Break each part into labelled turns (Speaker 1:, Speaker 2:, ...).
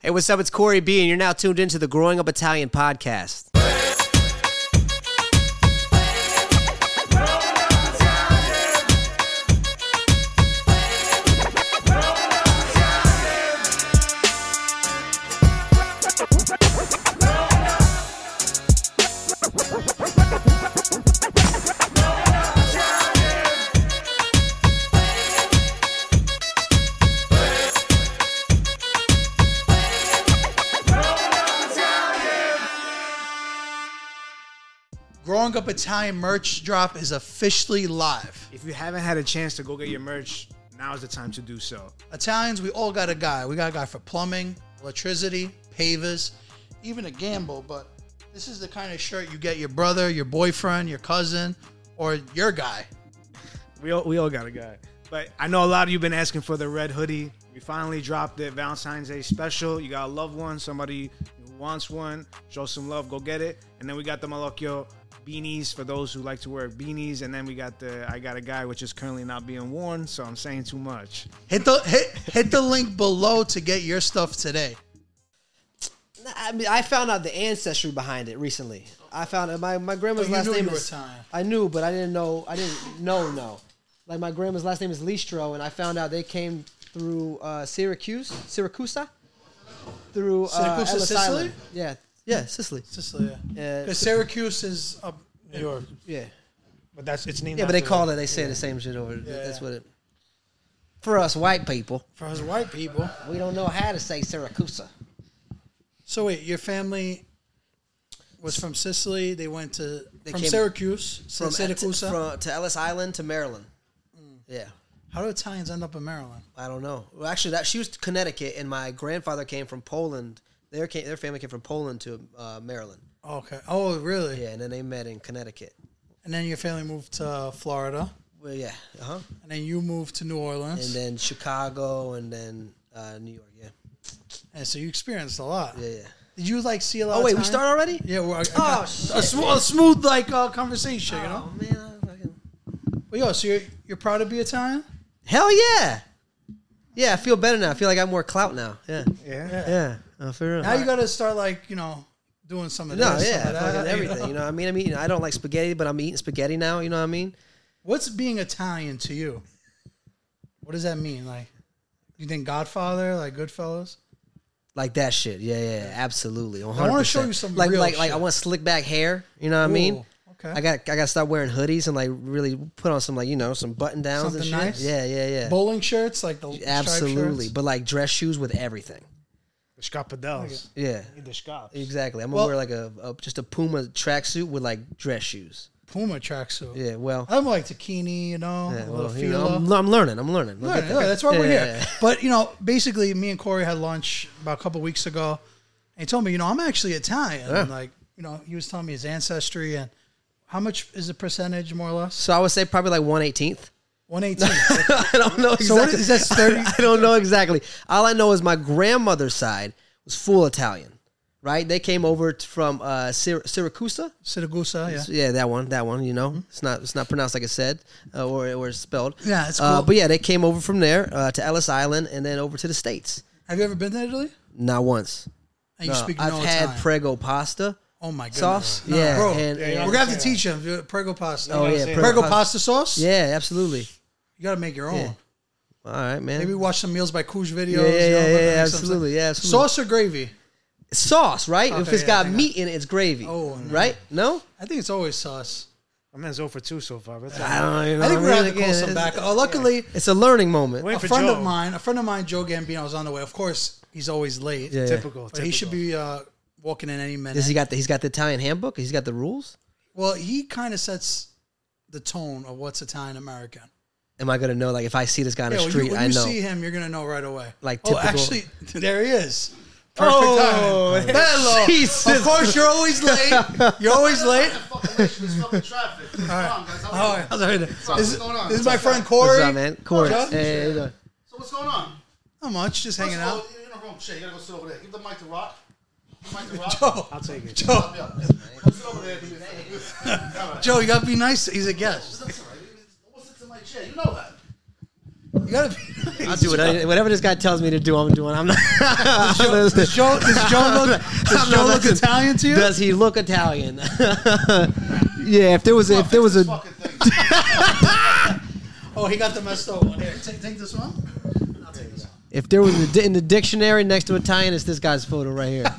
Speaker 1: Hey, what's up? It's Corey B, and you're now tuned into the Growing Up Italian podcast.
Speaker 2: Growing Up Italian merch drop is officially live.
Speaker 3: If you haven't had a chance to go get your merch, now is the time to do so.
Speaker 2: Italians, we all got a guy. We got a guy for plumbing, electricity, pavers, even a gamble. But this is the kind of shirt you get your brother, your boyfriend, your cousin, or your guy.
Speaker 3: We all, we all got a guy. But I know a lot of you been asking for the red hoodie. We finally dropped it, Valentine's Day special. You got a loved one, somebody who wants one, show some love, go get it. And then we got the Malocchio beanies for those who like to wear beanies. And then we got the I Got a Guy, which is currently not being worn, so I'm saying too much.
Speaker 2: Hit the hit, hit the link below to get your stuff today.
Speaker 1: I mean, I found out the ancestry behind it recently. I found out my, my grandma's
Speaker 2: But Oh, you
Speaker 1: last
Speaker 2: knew
Speaker 1: name
Speaker 2: you were
Speaker 1: is
Speaker 2: Italian.
Speaker 1: I knew, but I didn't know. I didn't know. No, like my grandma's last name is Listro, and I found out they came through uh, Syracuse, Syracusa, through uh,
Speaker 2: Syracusa,
Speaker 1: Ellis
Speaker 2: Sicily?
Speaker 1: Island. Yeah, yeah, Sicily.
Speaker 2: Sicily.
Speaker 1: Yeah.
Speaker 2: uh, Because Syracuse is up New York.
Speaker 1: Yeah,
Speaker 3: But that's it's named
Speaker 1: yeah, but they call it. They say the same shit over. That's what it. For us white people,
Speaker 2: For us white people.
Speaker 1: we don't know how to say Syracusa.
Speaker 2: So wait, your family was from Sicily. They went to from
Speaker 1: came-
Speaker 2: Syracuse, from Syracuse.
Speaker 1: from to Ellis Island to Maryland. Yeah.
Speaker 2: How do Italians end up in Maryland?
Speaker 1: I don't know. Well, actually, that she was Connecticut, and my grandfather came from Poland. Their came, their family came from Poland to uh, Maryland.
Speaker 2: Okay. Oh, really?
Speaker 1: Yeah, and then they met in Connecticut.
Speaker 2: And then your family moved to Florida,
Speaker 1: Well, yeah, uh huh.
Speaker 2: and then you moved to New
Speaker 1: And
Speaker 2: Orleans, and,
Speaker 1: then Chicago, and then uh, New York. Yeah,
Speaker 2: so you experienced a lot.
Speaker 1: yeah, yeah.
Speaker 2: Did you like see a lot?
Speaker 1: Oh
Speaker 2: of
Speaker 1: wait, we
Speaker 2: Italian-
Speaker 1: start already?
Speaker 2: Yeah. Well, I, I
Speaker 1: Oh,
Speaker 2: got a,
Speaker 1: shit.
Speaker 2: sm- a smooth like uh, conversation, you know.
Speaker 1: Oh man, I fucking... Oh.
Speaker 2: Well, yo, so you're you're proud to be Italian?
Speaker 1: hell yeah, yeah. I feel better now. I feel like I have more clout now. Yeah,
Speaker 3: Yeah.
Speaker 1: yeah. Uh, for real.
Speaker 2: Now you got to start like you know doing some of
Speaker 1: no,
Speaker 2: this,
Speaker 1: yeah,
Speaker 2: some of that,
Speaker 1: fucking
Speaker 2: you know?
Speaker 1: everything. You know, what I mean, I mean, I don't like spaghetti, but I'm eating spaghetti now. You know what I mean?
Speaker 2: What's being Italian to you? What does that mean? Like, you think Godfather, like Goodfellas?
Speaker 1: Like that shit. Yeah, yeah, yeah, absolutely. 100%.
Speaker 2: wanna show you some
Speaker 1: like
Speaker 2: real
Speaker 1: like like I
Speaker 2: shit.
Speaker 1: want slick back hair, you know what I mean?
Speaker 2: Ooh, okay.
Speaker 1: I got I got to start wearing hoodies and like really put on some like, you know, some button downs and
Speaker 2: Something
Speaker 1: shit.
Speaker 2: nice?
Speaker 1: Yeah, yeah, yeah.
Speaker 2: Bowling shirts, like the
Speaker 1: absolutely.
Speaker 2: striped shirts?
Speaker 1: But like dress shoes with everything.
Speaker 3: The Scapadels.
Speaker 1: Yeah.
Speaker 3: The Scaps.
Speaker 1: Exactly. I'm going
Speaker 2: Well-
Speaker 1: to wear like a, a just a Puma tracksuit with like dress shoes.
Speaker 2: Puma tracksuit.
Speaker 1: Yeah, well,
Speaker 2: I'm like Takini, you know,
Speaker 1: yeah,
Speaker 2: a
Speaker 1: well,
Speaker 2: little
Speaker 1: you know,
Speaker 2: fila.
Speaker 1: I'm, I'm learning. I'm learning. Look
Speaker 2: Learn
Speaker 1: at
Speaker 2: it,
Speaker 1: that.
Speaker 2: learn it, That's why we're
Speaker 1: Yeah,
Speaker 2: here.
Speaker 1: yeah, yeah.
Speaker 2: But you know, basically, me and Corey had lunch about a couple weeks ago, and he told me, you know, I'm actually Italian. And, like, you know, he was telling me his ancestry and how much is the percentage, more or less?
Speaker 1: So I would say probably like 118th.
Speaker 2: One eighteen.
Speaker 1: I don't know exactly.
Speaker 2: So what is- that's 30
Speaker 1: I don't know exactly. All I know is my grandmother's side was full Italian, right? They came over t- from uh, Syr- Syracuse.
Speaker 2: Siragusa, yeah. Mm-hmm.
Speaker 1: Yeah, that one, that one. You know, it's not it's not pronounced like it said uh, or or spelled.
Speaker 2: Yeah, it's
Speaker 1: Uh,
Speaker 2: cool.
Speaker 1: but yeah, they came over from there uh, to Ellis Island and then over to the states.
Speaker 2: Have you ever been to Italy?
Speaker 1: Not once.
Speaker 2: And you
Speaker 1: No,
Speaker 2: speak no
Speaker 1: I've had
Speaker 2: Italian.
Speaker 1: prego pasta.
Speaker 2: Oh my goodness.
Speaker 1: Sauce?
Speaker 2: No,
Speaker 1: Yeah,
Speaker 2: bro.
Speaker 1: and-
Speaker 2: We're
Speaker 1: and-
Speaker 2: gonna have to teach him dude, prego pasta.
Speaker 1: Oh yeah,
Speaker 2: prego, pasta. sauce.
Speaker 1: Yeah, absolutely.
Speaker 2: you gotta make your own.
Speaker 1: All right, man.
Speaker 2: Maybe watch some meals by Kuj videos.
Speaker 1: yeah, yeah,
Speaker 2: you know,
Speaker 1: yeah,
Speaker 2: make
Speaker 1: yeah,
Speaker 2: some-
Speaker 1: absolutely, yeah, absolutely.
Speaker 2: Sauce or gravy?
Speaker 1: sauce, right? if
Speaker 2: Okay,
Speaker 1: it's
Speaker 2: yeah, I
Speaker 1: got
Speaker 2: think I-
Speaker 1: meat in it, it's gravy.
Speaker 2: Oh, no.
Speaker 1: right? No.
Speaker 2: I think it's always sauce.
Speaker 3: I'm at 0 for 2 so far. That's
Speaker 1: I don't even know.
Speaker 2: I think we're gonna
Speaker 1: mean,
Speaker 2: have to call
Speaker 1: again,
Speaker 2: some
Speaker 1: it's-
Speaker 2: back. Oh, luckily,
Speaker 1: It's a learning moment.
Speaker 3: Wait
Speaker 2: a
Speaker 3: for
Speaker 2: friend of
Speaker 3: Joe.
Speaker 2: mine, a friend of mine, Joe Gambino, was on the way. Of course, he's always late.
Speaker 1: Yeah.
Speaker 3: typical.
Speaker 2: But he
Speaker 3: typical.
Speaker 2: should be uh, walking in any minute.
Speaker 1: Does he got the, he's got the Italian handbook. He's got the rules.
Speaker 2: well, he kind of sets the tone of what's Italian American.
Speaker 1: Am I gonna know? Like if I see this guy on
Speaker 2: Yeah,
Speaker 1: the
Speaker 2: when you-
Speaker 1: street,
Speaker 2: when
Speaker 1: I
Speaker 2: you
Speaker 1: know.
Speaker 2: see him, you're gonna know right away.
Speaker 1: Like
Speaker 2: oh,
Speaker 1: typical-
Speaker 2: actually, there he is. Perfect
Speaker 3: Oh,
Speaker 2: timing. Hello.
Speaker 1: Jesus.
Speaker 2: Of course, you're always late. You're always late.
Speaker 4: fucking late for this fucking traffic. Come on, guys. How
Speaker 2: All
Speaker 4: we
Speaker 2: right,
Speaker 4: doing?
Speaker 2: how's everything?
Speaker 4: up?
Speaker 2: This,
Speaker 4: Oh, What's going on?
Speaker 2: this is my
Speaker 4: What's
Speaker 2: friend Corey.
Speaker 1: What's up, man? Corey.
Speaker 2: Joe?
Speaker 1: Hey, how you doing?
Speaker 4: So what's going on?
Speaker 2: Not much, just hanging
Speaker 4: First of all,
Speaker 2: out.
Speaker 4: You know, wrong shit. You gotta go sit over there. Give the mic to Rock. Give the mic to Rock.
Speaker 2: Joe,
Speaker 3: I'll take it.
Speaker 2: Joe,
Speaker 4: Yeah, go sit over there. dude. All right.
Speaker 2: Joe, you gotta be nice. He's a guest.
Speaker 4: That's all right. Almost sits in my chair. You know that.
Speaker 2: You gotta be.
Speaker 1: I'll do whatever, whatever this guy tells me to do. I'm doing. I'm not. does
Speaker 2: Joe, does Joe look, does Joe look Italian to you?
Speaker 1: Does he look Italian? yeah. If there was, if there was
Speaker 4: This
Speaker 1: a,
Speaker 4: fucking thing.
Speaker 2: oh, he got the messed up one. Here, take, take this one. I'll take this one.
Speaker 1: if there was a, di- in the dictionary next to Italian, it's this guy's photo right here.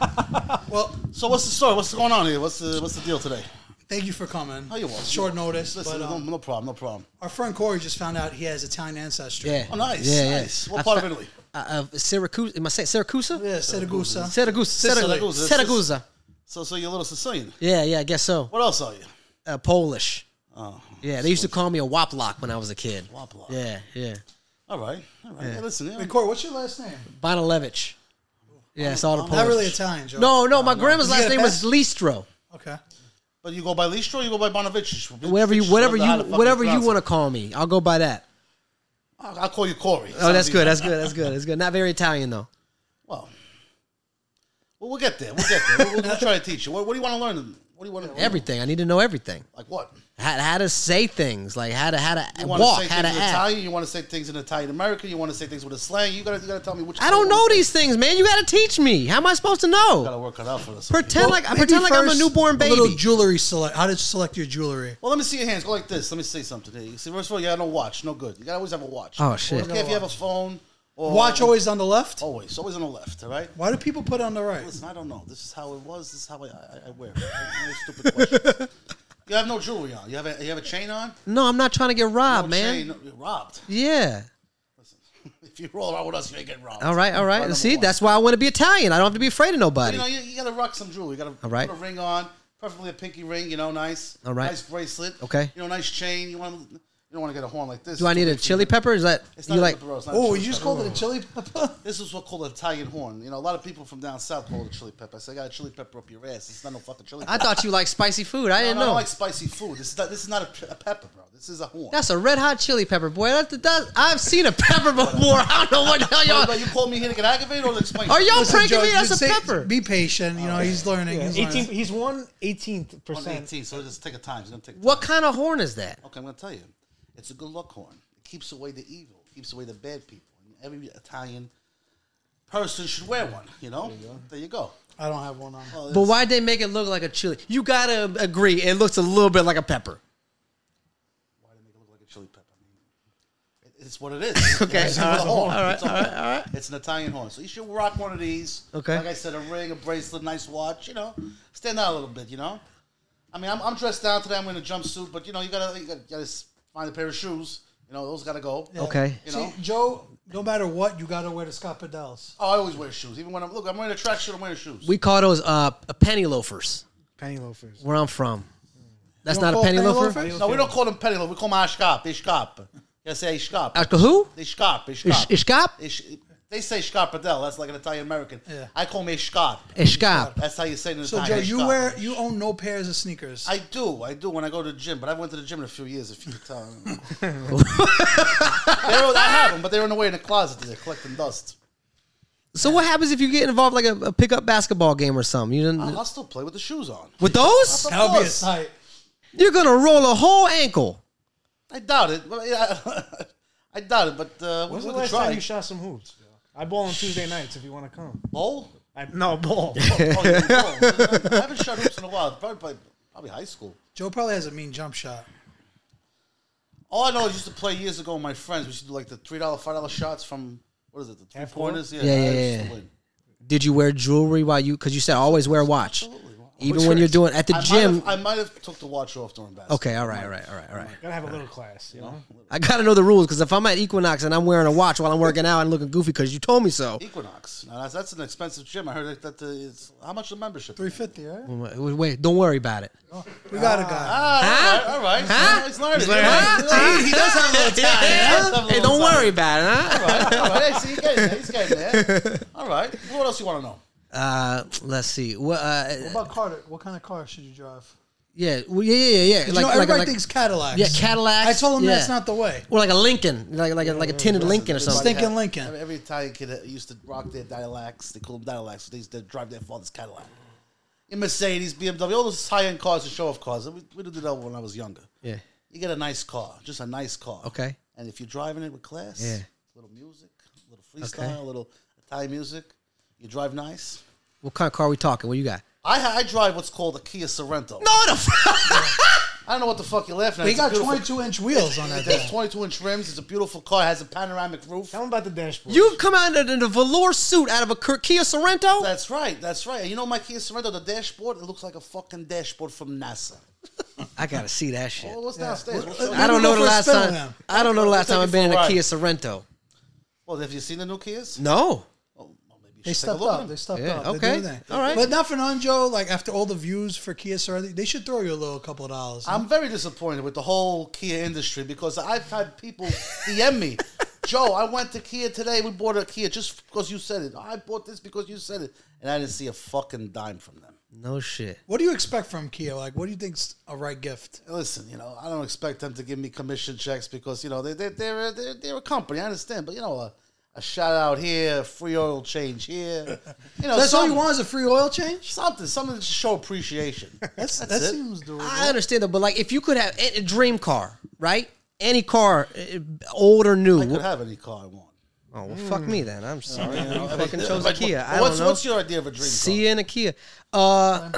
Speaker 2: Well,
Speaker 4: So what's the story? What's going on here? What's the what's the deal today?
Speaker 2: thank you for coming.
Speaker 4: Oh, you're welcome.
Speaker 2: Short notice,
Speaker 4: Listen,
Speaker 2: but
Speaker 4: no,
Speaker 2: um,
Speaker 4: no problem, no problem.
Speaker 2: our friend Corey just found out he has Italian ancestry.
Speaker 1: Yeah.
Speaker 4: Oh, nice,
Speaker 1: Yeah.
Speaker 4: nice.
Speaker 1: Yeah.
Speaker 4: What
Speaker 1: I
Speaker 4: part
Speaker 1: fa-
Speaker 4: of Italy?
Speaker 1: Uh, uh, Syracuse. Am I saying Syracuse?
Speaker 2: Yeah, Setagusa.
Speaker 1: Syracuse. Syracuse.
Speaker 4: Syracuse.
Speaker 1: Syracuse.
Speaker 4: So so you're a little Sicilian.
Speaker 1: Yeah. Yeah. I guess so.
Speaker 4: What else are you?
Speaker 1: Uh, Polish.
Speaker 4: Oh,
Speaker 1: Yeah. They used to call me a woplock when I was a kid.
Speaker 4: Woplock.
Speaker 1: Yeah. Yeah.
Speaker 4: all right, all right. Hey, listen, yeah,
Speaker 2: Hey, Corey, what's your last name?
Speaker 1: Bonilevich. Yeah. It's all the Polish.
Speaker 2: Not really Italian, Joe.
Speaker 1: No, no. My grandma's
Speaker 2: Did you
Speaker 1: last
Speaker 2: get a
Speaker 1: name was Listro.
Speaker 2: Okay.
Speaker 4: but you go by Listro, or you go by Bonavici.
Speaker 1: Whatever you, whatever you, whatever you want to call me, I'll go by that.
Speaker 4: I'll I'll call you Corey.
Speaker 1: Oh, that's
Speaker 4: Sounds
Speaker 1: good.
Speaker 4: easy.
Speaker 1: That's good. That's good. That's good. Not very Italian though.
Speaker 4: Well, well, we'll get there. We'll get there. We'll, we'll try to teach you. What, what do you want to learn? What do you want to
Speaker 1: Everything. I need to know everything.
Speaker 4: Like what?
Speaker 1: How, how to say things, like how to how to
Speaker 4: You want
Speaker 1: walk,
Speaker 4: to say
Speaker 1: how to
Speaker 4: things in
Speaker 1: act.
Speaker 4: Italian? You want to say things in Italian American? You want to say things with a slang? You gotta, you gotta tell me which.
Speaker 1: I don't know these things, man. You got to teach me. How am I supposed to know?
Speaker 4: Gotta work it out for us.
Speaker 1: Pretend like I
Speaker 2: Maybe
Speaker 1: pretend like I'm a
Speaker 2: first,
Speaker 1: newborn baby.
Speaker 2: little jewelry select. How did you select your jewelry?
Speaker 4: Well, let me see your hands. Go like this. Let me say something. Here. You see, first of all, you got no watch. No good. You gotta always have a watch.
Speaker 1: Oh, shit.
Speaker 4: Okay, if you have a phone or
Speaker 2: Watch always on the left.
Speaker 4: always, always on the left. All right.
Speaker 2: Why do people put on the right?
Speaker 4: Listen, I don't know. This is how it was. This is how I, I, I wear. It. No stupid questions. You have no jewelry on. You have a, you have a chain on.
Speaker 1: no, I'm not trying to get robbed,
Speaker 4: No
Speaker 1: man.
Speaker 4: chain. You're robbed.
Speaker 1: Yeah.
Speaker 4: If you roll around with us, you ain't getting robbed.
Speaker 1: All right. All right.
Speaker 4: Number
Speaker 1: See,
Speaker 4: one.
Speaker 1: that's why I want to be Italian. I don't have to be afraid of nobody.
Speaker 4: you know you, you gotta rock some jewelry. You gotta
Speaker 1: All right.
Speaker 4: put a ring on, preferably a pinky ring. You know, nice.
Speaker 1: All right.
Speaker 4: Nice bracelet.
Speaker 1: Okay.
Speaker 4: You know, nice chain. You want you don't want to get a horn like this.
Speaker 1: Do I need a chili pepper? Is that
Speaker 4: It's
Speaker 1: you
Speaker 4: not
Speaker 1: like?
Speaker 4: like, bro, it's not a
Speaker 2: Oh,
Speaker 4: chili
Speaker 2: you just
Speaker 4: pepper.
Speaker 2: called it a chili pepper.
Speaker 4: This is what called an Italian horn. You know, a lot of people from down south call it a chili pepper. I say, I got a chili pepper up your ass. It's not no fucking chili.
Speaker 1: I
Speaker 4: pepper.
Speaker 1: thought you liked spicy food. I
Speaker 4: No,
Speaker 1: didn't
Speaker 4: no, I
Speaker 1: know.
Speaker 4: don't like spicy food. This is not, this is not a, pe- a pepper, bro. This is a horn.
Speaker 1: That's a red hot chili pepper, boy. That, that, that- I've seen a pepper before. I don't know what the hell
Speaker 4: Wait,
Speaker 1: y'all.
Speaker 4: but you called me here to get aggravated or to explain?
Speaker 1: Are y'all
Speaker 2: Listen,
Speaker 1: pranking
Speaker 2: Joe,
Speaker 1: me?
Speaker 2: just
Speaker 1: That's a
Speaker 2: say-
Speaker 1: pepper.
Speaker 2: Be patient. You know he's learning. He's learning.
Speaker 3: he's one eighteenth
Speaker 4: on the 18? So just take a time. It's gonna take.
Speaker 1: What
Speaker 4: time.
Speaker 1: kind of horn is that?
Speaker 4: Okay, I'm gonna tell you. It's a good luck horn. It keeps away the evil. Keeps away the bad people. And every Italian person should wear one. You know. There you go.
Speaker 2: I don't have one on.
Speaker 4: Well,
Speaker 1: But
Speaker 4: it's-
Speaker 1: why'd they make it look like a chili? You gotta agree, it looks a little bit like a pepper.
Speaker 4: why do they make it look like a chili pepper? I mean, it- It's what it is.
Speaker 1: Okay,
Speaker 4: It's
Speaker 1: all
Speaker 4: a
Speaker 1: right,
Speaker 4: horn.
Speaker 1: all right,
Speaker 4: It's a
Speaker 1: all right,
Speaker 4: horn.
Speaker 1: all right.
Speaker 4: It's an Italian horn. So you should rock one of these.
Speaker 1: Okay.
Speaker 4: Like I said, a ring, a bracelet, nice watch, you know. Stand out a little bit, you know. I mean, I'm, I'm dressed down today. I'm in a jumpsuit, but, you know, you gotta, you gotta, you gotta s- find a pair of shoes. You know, those gotta go.
Speaker 1: Okay.
Speaker 4: You know?
Speaker 2: See, Joe, no matter what, you got to wear the Scapadels.
Speaker 4: Oh, I always wear shoes. Even when I'm, look, I'm wearing a tracksuit, I'm wearing shoes.
Speaker 1: We call those uh, penny loafers
Speaker 3: Penny loafers.
Speaker 1: where I'm from. That's
Speaker 2: You don't
Speaker 1: not a
Speaker 2: call
Speaker 1: penny
Speaker 2: penny
Speaker 1: loafer?
Speaker 2: loafers?
Speaker 4: no, we don't call them penny loafers. We call them ashkap. They shkap. You say shkap.
Speaker 1: Ashka Uh, who?
Speaker 4: They shkap. They
Speaker 1: Ish-
Speaker 4: shkap.
Speaker 1: Ishkap?
Speaker 4: They sh- They say shkarpadel. That's like an Italian American.
Speaker 2: Yeah.
Speaker 4: I call me shkap.
Speaker 1: Ishkap.
Speaker 4: That's how you say it in
Speaker 2: So, Joe,
Speaker 4: Italian.
Speaker 2: you
Speaker 4: Scarpe.
Speaker 2: wear you own no pairs of sneakers.
Speaker 4: I do, I do when I go to the gym, but I went to the gym in a few years, if you could tell. they're, I have them, but they're in the way in the closet. They're collecting dust.
Speaker 1: So what happens if you get involved like a, a pickup basketball game or something? You
Speaker 4: I'll,
Speaker 1: didn't,
Speaker 4: I'll still play with the shoes on.
Speaker 1: with those?
Speaker 4: Of
Speaker 2: that would be a
Speaker 4: course.
Speaker 2: sight.
Speaker 1: You're gonna roll a whole ankle.
Speaker 4: I doubt it. But yeah, I doubt it, but uh, we
Speaker 3: When's the
Speaker 4: we could
Speaker 3: last
Speaker 4: try.
Speaker 3: time you shot some hoops? I ball on Tuesday nights if you want to come.
Speaker 4: bowl?
Speaker 3: I, no ball.
Speaker 4: Oh, yeah, bowl. I haven't shot hoops in a while. Probably, probably, probably high school.
Speaker 2: Joe probably has a mean jump shot.
Speaker 4: All I know is I used to play years ago with my friends. We used to do like the $3, $5 shots from, what is it, the three
Speaker 3: court?
Speaker 4: pointers?
Speaker 1: Yeah,
Speaker 4: I
Speaker 1: yeah,
Speaker 4: used to
Speaker 1: yeah.
Speaker 4: win.
Speaker 1: Did you wear jewelry while you? Because you said always wear a watch, even when you're doing at the
Speaker 4: I might
Speaker 1: gym.
Speaker 4: have- I might have took the watch off during basketball.
Speaker 1: Okay, all right, all right, all right, all right.
Speaker 3: Gotta have a little class, you know.
Speaker 1: I gotta know the rules because if I'm at Equinox and I'm wearing a watch while I'm working out and looking goofy because you told me so.
Speaker 4: Equinox. Now that's, that's an expensive gym. I heard that, that uh, it's how much the membership?
Speaker 2: Three fifty, right?
Speaker 1: Wait, wait, don't worry about it.
Speaker 2: We got a guy.
Speaker 4: Ah,
Speaker 1: Huh?
Speaker 4: all right, all right.
Speaker 1: Huh?
Speaker 4: He's learning.
Speaker 1: Huh?
Speaker 4: Yeah, He does have a little
Speaker 1: Yeah.
Speaker 4: time.
Speaker 1: Hey, don't worry about it. Huh?
Speaker 4: All right, all right. See, he's getting there. He's getting there. All right. What else you want to know?
Speaker 1: Uh, let's see. Well, uh,
Speaker 2: What about Carter? What kind of car should you drive?
Speaker 1: yeah, well, yeah, yeah, yeah.
Speaker 2: 'Cause you know, everybody thinks Cadillacs.
Speaker 1: yeah, Cadillacs.
Speaker 2: I told him
Speaker 1: yeah.
Speaker 2: that's not the way.
Speaker 1: Or like a Lincoln, like like a, like a tinted Lincoln or something.
Speaker 2: Stinking Lincoln.
Speaker 4: Every, every Italian kid that used to rock their Cadillacs. They call them Cadillacs. They used to drive their father's Cadillac. In Mercedes, BMW, all those high end cars and show off cars. We, we did that when I was younger.
Speaker 1: Yeah.
Speaker 4: You get a nice car, just a nice car.
Speaker 1: Okay.
Speaker 4: And if you're driving it with class,
Speaker 2: Yeah.
Speaker 4: a little music, a little freestyle, a little Italian music, you drive nice.
Speaker 1: What kind of car we talking? What you got?
Speaker 4: I, ha- I drive what's called a Kia Sorrento.
Speaker 2: No, the f-
Speaker 4: I don't know what the fuck you're laughing at.
Speaker 2: they
Speaker 4: It's a
Speaker 2: got
Speaker 4: beautiful-
Speaker 2: 22 inch wheels on that
Speaker 4: It's
Speaker 2: thing.
Speaker 4: 22 inch rims. It's a beautiful car. It has a panoramic roof.
Speaker 3: Tell him about the dashboard.
Speaker 1: You've come out in a velour suit out of a Cur- Kia Sorento.
Speaker 4: That's right. That's right. And you know my Kia Sorrento, the dashboard, it looks like a fucking dashboard from NASA.
Speaker 1: I gotta see that shit.
Speaker 4: Well, what's downstairs? We'll show you.
Speaker 1: I don't
Speaker 2: Let me
Speaker 1: know
Speaker 2: go
Speaker 1: the
Speaker 2: for a
Speaker 1: last
Speaker 2: spin
Speaker 1: time.
Speaker 2: with them.
Speaker 1: I don't know the last
Speaker 4: We'll
Speaker 1: time
Speaker 4: take
Speaker 1: I've
Speaker 4: you for
Speaker 1: been in
Speaker 4: a
Speaker 1: a
Speaker 4: ride.
Speaker 1: Kia Sorento.
Speaker 4: Well, have you seen the new Kias?
Speaker 1: No.
Speaker 4: Oh, well, maybe
Speaker 2: They
Speaker 4: you should take a
Speaker 2: stepped
Speaker 4: look at
Speaker 2: up.
Speaker 4: them.
Speaker 2: They stepped
Speaker 1: Yeah,
Speaker 2: up. They're
Speaker 1: okay.
Speaker 2: doing that.
Speaker 1: All right.
Speaker 2: But not for none, Joe. Like after all the views for Kia Sorento, they should throw you a little couple of dollars.
Speaker 4: I'm very disappointed with the whole Kia industry because I've had people DM me, Joe, I went to Kia today. We bought a Kia just because you said it. I bought this because you said it. And I didn't see a fucking dime from them.
Speaker 1: No shit.
Speaker 2: What do you expect from Kia? Like, what do you think's a right gift?
Speaker 4: Listen, you know, I don't expect them to give me commission checks because, you know, they, they, they're, a- they're, they're a company. I understand. But, you know, a, a shout out here, free oil change here. You know,
Speaker 2: That's all you
Speaker 4: something-
Speaker 2: want is a free oil change.
Speaker 4: Something, something to show appreciation.
Speaker 2: That's, that
Speaker 4: it.
Speaker 2: seems doable.
Speaker 1: I understand that, but like, if you could have a, a dream car, right? Any car, eh, old or new.
Speaker 4: I could
Speaker 1: Oh,
Speaker 4: have any car I want.
Speaker 1: well, fuck me then. I'm sorry. I fucking chose a
Speaker 4: Like,
Speaker 1: Kia. I
Speaker 4: what's,
Speaker 1: don't know.
Speaker 4: what's your idea of a dream car?
Speaker 1: See you in a Kia. Uh,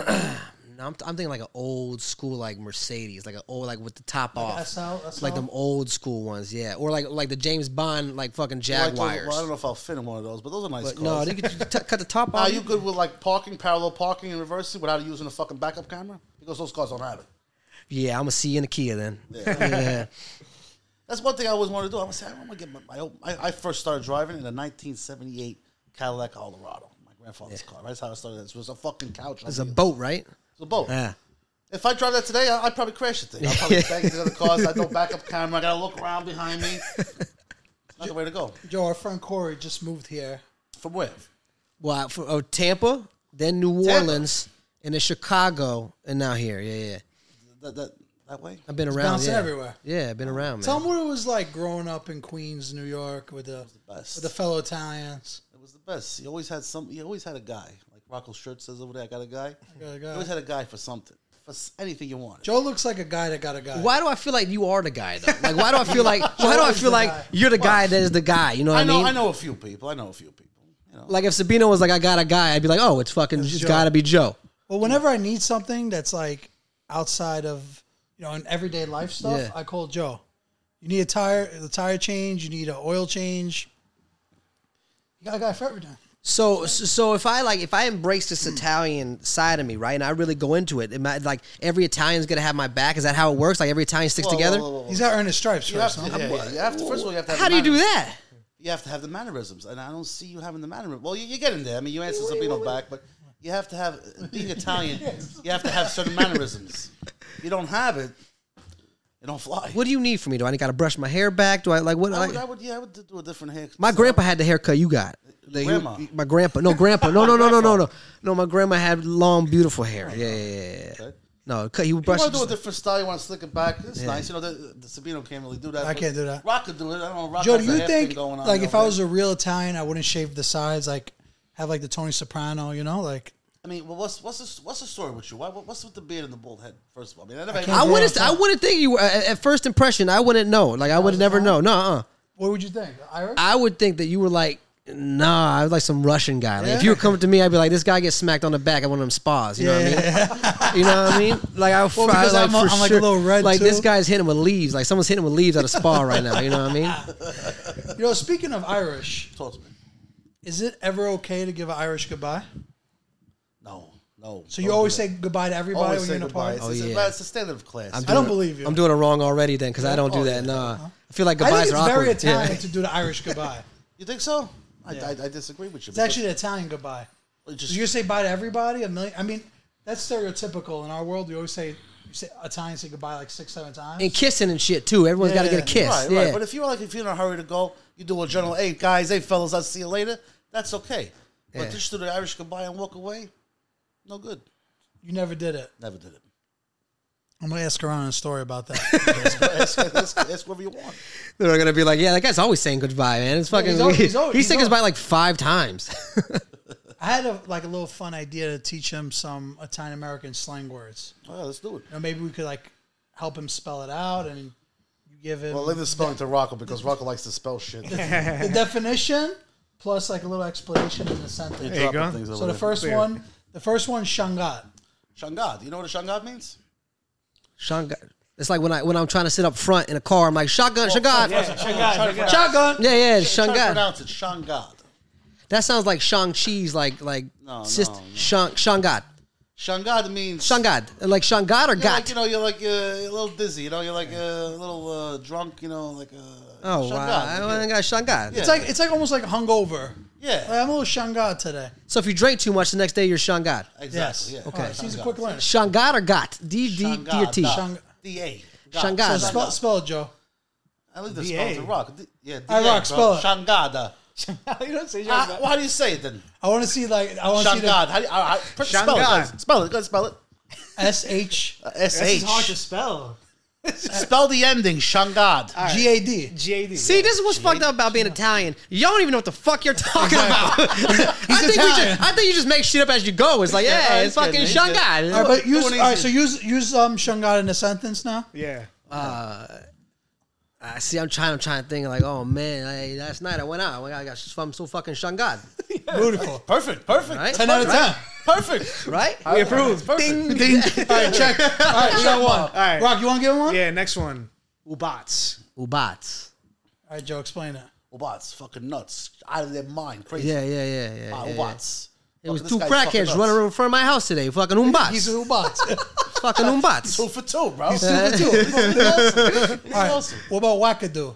Speaker 1: no, I'm, I'm thinking like an old school like Mercedes, like an old like with the top off,
Speaker 2: SL?
Speaker 1: like them old school ones, yeah, or like like the James Bond like fucking
Speaker 4: I told-
Speaker 1: Jaguars.
Speaker 4: Well, I don't know if I'll fit in one of those, but those are nice
Speaker 1: but
Speaker 4: cars.
Speaker 1: no, they could you t- cut the top
Speaker 4: Are
Speaker 1: off.
Speaker 4: you good with like parking, parallel parking, and reversing without using a fucking backup camera? Because those cars don't have it.
Speaker 1: yeah, I'm gonna see you in a Kia then.
Speaker 4: That's one thing I always wanted to do. I was saying, I'm gonna get my. my own- I, I first started driving in a 1978 Cadillac Colorado, my grandfather's car. Right? That's how I started. This was a fucking couch.
Speaker 1: It's a boat, right?
Speaker 4: It's a boat.
Speaker 1: Yeah.
Speaker 4: If I drive that today, I, I'd probably crash the thing. I'd probably bang into the other cars. I no backup camera. I gotta look around behind me. Not the way to go.
Speaker 2: Joe, our friend Corey just moved here.
Speaker 4: From where?
Speaker 1: Well, for, oh, Tampa, then New
Speaker 4: Tampa.
Speaker 1: Orleans, and then Chicago, and now here. Yeah, yeah.
Speaker 4: That, that, that way?
Speaker 1: I've been around.
Speaker 2: bouncing
Speaker 1: yeah.
Speaker 2: everywhere.
Speaker 1: Yeah, I've been around, man.
Speaker 2: Tell him what it was like growing up in Queens, New York, with the,
Speaker 4: best.
Speaker 2: with the fellow Italians.
Speaker 4: It was the best. You always had some. You always had a guy. Like Rocco's shirt says over there, I got a guy.
Speaker 2: got a guy.
Speaker 4: You always had a guy for something, for s- anything you wanted.
Speaker 2: Joe looks like a guy that got a guy.
Speaker 1: Why do I feel like you are the guy though? Like, why do I feel like why do I feel like you're the guy that is the guy? You know what
Speaker 4: I
Speaker 1: I
Speaker 4: know.
Speaker 1: mean?
Speaker 4: I know a few people. I know a few people. You know.
Speaker 1: Like if Sabino was like, I got a guy, I'd be like, oh, it's fucking, it's
Speaker 2: Joe.
Speaker 1: gotta be Joe.
Speaker 2: Well, whenever I need something that's like outside of you know an everyday life stuff,
Speaker 1: Yeah.
Speaker 2: I call Joe. You need a tire, the tire change. You need an oil change. You got a guy for everything.
Speaker 1: So, so- so if I like, if I embrace this Italian side of me, right, and I really go into it, am I, like every Italian's gonna have my back. Is that how it works? Like every Italian sticks
Speaker 4: Whoa,
Speaker 1: together.
Speaker 4: whoa, whoa, whoa.
Speaker 2: He's got to earn his stripes
Speaker 4: You have
Speaker 2: first.
Speaker 4: to,
Speaker 2: huh?
Speaker 4: yeah, yeah, you have to- First of all, you have to. Have
Speaker 1: How
Speaker 4: the
Speaker 1: do you do
Speaker 4: manner-
Speaker 1: that?
Speaker 4: You have to have the mannerisms, and I don't see you having the mannerisms. Well, you, you get in there. I mean, you answer Sabino back, but you have to have being Italian. You have to have certain mannerisms. If you don't have it, you don't fly.
Speaker 1: What do you need from me? Do I gotta brush my hair back? Do I like what?
Speaker 4: I would,
Speaker 1: like-
Speaker 4: I would, yeah, I would do a different hair.
Speaker 1: my grandpa had the haircut you got. Like, he-
Speaker 4: Grandma.
Speaker 1: my grandpa. No, grandpa. No, no, no, no, no, no. No, my grandma had long, beautiful hair. Yeah, yeah, yeah, yeah.
Speaker 4: Okay.
Speaker 1: No, cut- he would
Speaker 4: You
Speaker 1: brush.
Speaker 4: want to do a
Speaker 1: it-
Speaker 4: different style? You want to slick it back? It's nice. You know, the, the Sabino can't really do that.
Speaker 2: I
Speaker 4: but
Speaker 2: can't do that.
Speaker 4: Rock could do it. I don't know. Rock
Speaker 2: Joe,
Speaker 4: has
Speaker 2: do
Speaker 4: a
Speaker 2: you
Speaker 4: hair
Speaker 2: think
Speaker 4: thing going on
Speaker 2: like
Speaker 4: over
Speaker 2: if I
Speaker 4: there.
Speaker 2: was a real Italian, I wouldn't shave the sides, like have like the Tony Soprano, you know, like
Speaker 4: I mean, well, what's what's the, what's the story with you? Why, what- what's with the beard and the bald head? First of all, I mean, I never.
Speaker 2: can't
Speaker 1: I
Speaker 2: Yeah,
Speaker 1: wouldn't.
Speaker 2: so-
Speaker 1: I wouldn't think you were at at first impression. I wouldn't know. Like I would never know. No, uh.
Speaker 2: what would you think, Irish?
Speaker 1: I would think that you were like, nah. I was like some Russian guy. Like if you were coming to me, I'd be like, this guy gets smacked on the back at one of them spas. You know what I mean? you know what I mean? Like I, well,
Speaker 2: because
Speaker 1: like,
Speaker 2: I'm a-
Speaker 1: for
Speaker 2: I'm like a
Speaker 1: sure-
Speaker 2: little red,
Speaker 1: Like this
Speaker 2: too.
Speaker 1: guy's hitting with leaves. Like someone's hitting with leaves at a spa right now. You know what I mean?
Speaker 2: you know, speaking of Irish,
Speaker 4: talk to me.
Speaker 2: is it ever okay to give an Irish goodbye?
Speaker 4: No, no.
Speaker 2: So you
Speaker 4: don't
Speaker 2: always
Speaker 4: do that.
Speaker 2: say goodbye to everybody
Speaker 4: Oh, always
Speaker 2: when
Speaker 4: say
Speaker 2: you're in a
Speaker 4: goodbye.
Speaker 2: party.
Speaker 4: It's, it's,
Speaker 1: yeah.
Speaker 4: a, it's a standard of class.
Speaker 2: I don't believe you.
Speaker 1: I'm doing it wrong already then because I don't do
Speaker 4: Oh,
Speaker 1: that.
Speaker 4: yeah.
Speaker 1: Nah. I feel like
Speaker 2: I think
Speaker 1: goodbyes
Speaker 2: it's
Speaker 1: are awkward.
Speaker 2: very Italian
Speaker 1: Yeah.
Speaker 2: to do the Irish goodbye.
Speaker 4: you think so? I,
Speaker 2: Yeah.
Speaker 4: I, I disagree with you.
Speaker 2: It's actually the Italian goodbye. So you say bye to everybody a million. I mean, that's stereotypical in our world. We always say you say Italians say goodbye like six, seven times.
Speaker 1: And kissing and shit too. Everyone's got to
Speaker 2: Yeah,
Speaker 1: get a kiss.
Speaker 4: right,
Speaker 1: yeah.
Speaker 4: right. But if you're like, if you're in a hurry to go, you do a general, hey guys, hey fellas, I'll see you later. That's okay. But
Speaker 1: Yeah.
Speaker 4: just do the Irish goodbye and walk away. No good.
Speaker 2: you never did it.
Speaker 4: Never did it.
Speaker 2: I'm gonna ask around a story about that.
Speaker 4: ask, ask, ask whatever you want.
Speaker 1: They're gonna be like, yeah, that guy's always saying goodbye, man. It's fucking.
Speaker 2: he's al- he's al-
Speaker 1: he
Speaker 2: he's
Speaker 1: said
Speaker 2: al-
Speaker 1: goodbye like five times.
Speaker 2: I had a, like a little fun idea to teach him some Italian American slang words.
Speaker 4: All right, Oh, let's do it.
Speaker 2: You know, maybe we could like help him spell it out, and you give him
Speaker 4: Well, leave the spelling to Rocco because Rocco likes to spell shit.
Speaker 2: the definition plus like a little explanation in the sentence.
Speaker 3: you go.
Speaker 4: Things
Speaker 2: So the first
Speaker 3: Clear.
Speaker 2: one, the first one, Shangat.
Speaker 4: Shangad. You know what a Shangad means?
Speaker 1: Shotgun. It's like when I when I'm trying to sit up front in a car, I'm like
Speaker 2: Oh,
Speaker 1: shotgun, shotgun.
Speaker 4: Yeah,
Speaker 1: Yeah,
Speaker 4: Shangad.
Speaker 2: Shotgun.
Speaker 1: yeah,
Speaker 4: Shangad.
Speaker 1: shotgun.
Speaker 4: Pronounce it Shangad.
Speaker 1: That sounds like Shang Chi's like like
Speaker 4: No,
Speaker 1: sis-
Speaker 4: no, no.
Speaker 1: Shang Shangad.
Speaker 4: Shangad means
Speaker 1: Shangad. Like Shangad or
Speaker 4: You're
Speaker 1: Gat.
Speaker 4: like you know, you're like uh, a little dizzy. You know, you're like uh, a little uh, drunk. You know, like uh,
Speaker 1: oh
Speaker 4: Shangad.
Speaker 1: wow. I got Shangad.
Speaker 4: Yeah.
Speaker 2: It's like it's like almost like hungover.
Speaker 4: Yeah.
Speaker 2: Like, I'm a little Shangat today.
Speaker 1: So if you drink too much the next day you're Shangad.
Speaker 4: Exactly.
Speaker 2: Yes.
Speaker 4: Yeah.
Speaker 2: Okay. She's a quick learner.
Speaker 1: Shangad or Gat? D D D or T.
Speaker 2: Shang-
Speaker 4: D A.
Speaker 1: Shangad.
Speaker 2: So spell, spell it, Joe.
Speaker 4: I leave the
Speaker 3: D.A.
Speaker 4: spell to Rock. D- yeah, D-A,
Speaker 2: All right, Rock, spell
Speaker 4: bro.
Speaker 2: it.
Speaker 4: Shangada.
Speaker 3: you don't say
Speaker 4: Ah, well, how do you say it then?
Speaker 2: I want to see like I want to see the
Speaker 4: Shangad. How do you, all right, pr- spell it?
Speaker 3: Shangad.
Speaker 4: guys. Spell it. Go ahead, spell it.
Speaker 2: S H
Speaker 1: Uh,
Speaker 4: S H.
Speaker 3: spell.
Speaker 4: Spell the ending. Shangad.
Speaker 2: G A D.
Speaker 3: JD.
Speaker 1: See, this is what's fucked up about being Italian. Y'all don't even know what the fuck you're talking about. I think we
Speaker 2: Italian.
Speaker 1: just, I think you just make shit up as you go. It's like, yeah,
Speaker 4: he's
Speaker 1: it's fucking
Speaker 4: good, he's good.
Speaker 2: All right,
Speaker 1: Shangad.
Speaker 2: but use all
Speaker 4: Doing
Speaker 2: right.
Speaker 4: easy.
Speaker 2: So use use um Shangat in a sentence now.
Speaker 3: Yeah.
Speaker 1: I see. I'm trying. I'm trying to think. Like, oh man, like, last night I went out. I got. I'm so fucking Shangad.
Speaker 2: Beautiful.
Speaker 4: Perfect. Perfect.
Speaker 1: Right?
Speaker 2: Ten out of ten.
Speaker 4: Perfect.
Speaker 1: Right?
Speaker 3: We approve.
Speaker 4: Perfect.
Speaker 2: Ding. All right, check. All right, we got one. All
Speaker 3: right.
Speaker 2: right, Rock, you want to give him one?
Speaker 3: Yeah, next one. Ubats.
Speaker 1: Ubats.
Speaker 2: All right, Joe, explain it.
Speaker 4: Robots Oh, fucking nuts. Out of their mind. Crazy.
Speaker 1: Yeah, yeah, yeah, yeah. yeah,
Speaker 4: Ah,
Speaker 1: yeah.
Speaker 4: Robots.
Speaker 1: It was
Speaker 4: Fucking
Speaker 1: two
Speaker 4: this guy's fucking
Speaker 1: crackheads
Speaker 4: nuts.
Speaker 1: running over in front of my house today. Fucking
Speaker 2: He's
Speaker 1: umbats.
Speaker 2: a robot.
Speaker 1: fucking
Speaker 4: Two
Speaker 1: umbats.
Speaker 4: for two, bro. He's
Speaker 2: All right,
Speaker 4: awesome.
Speaker 2: what about wackadoo?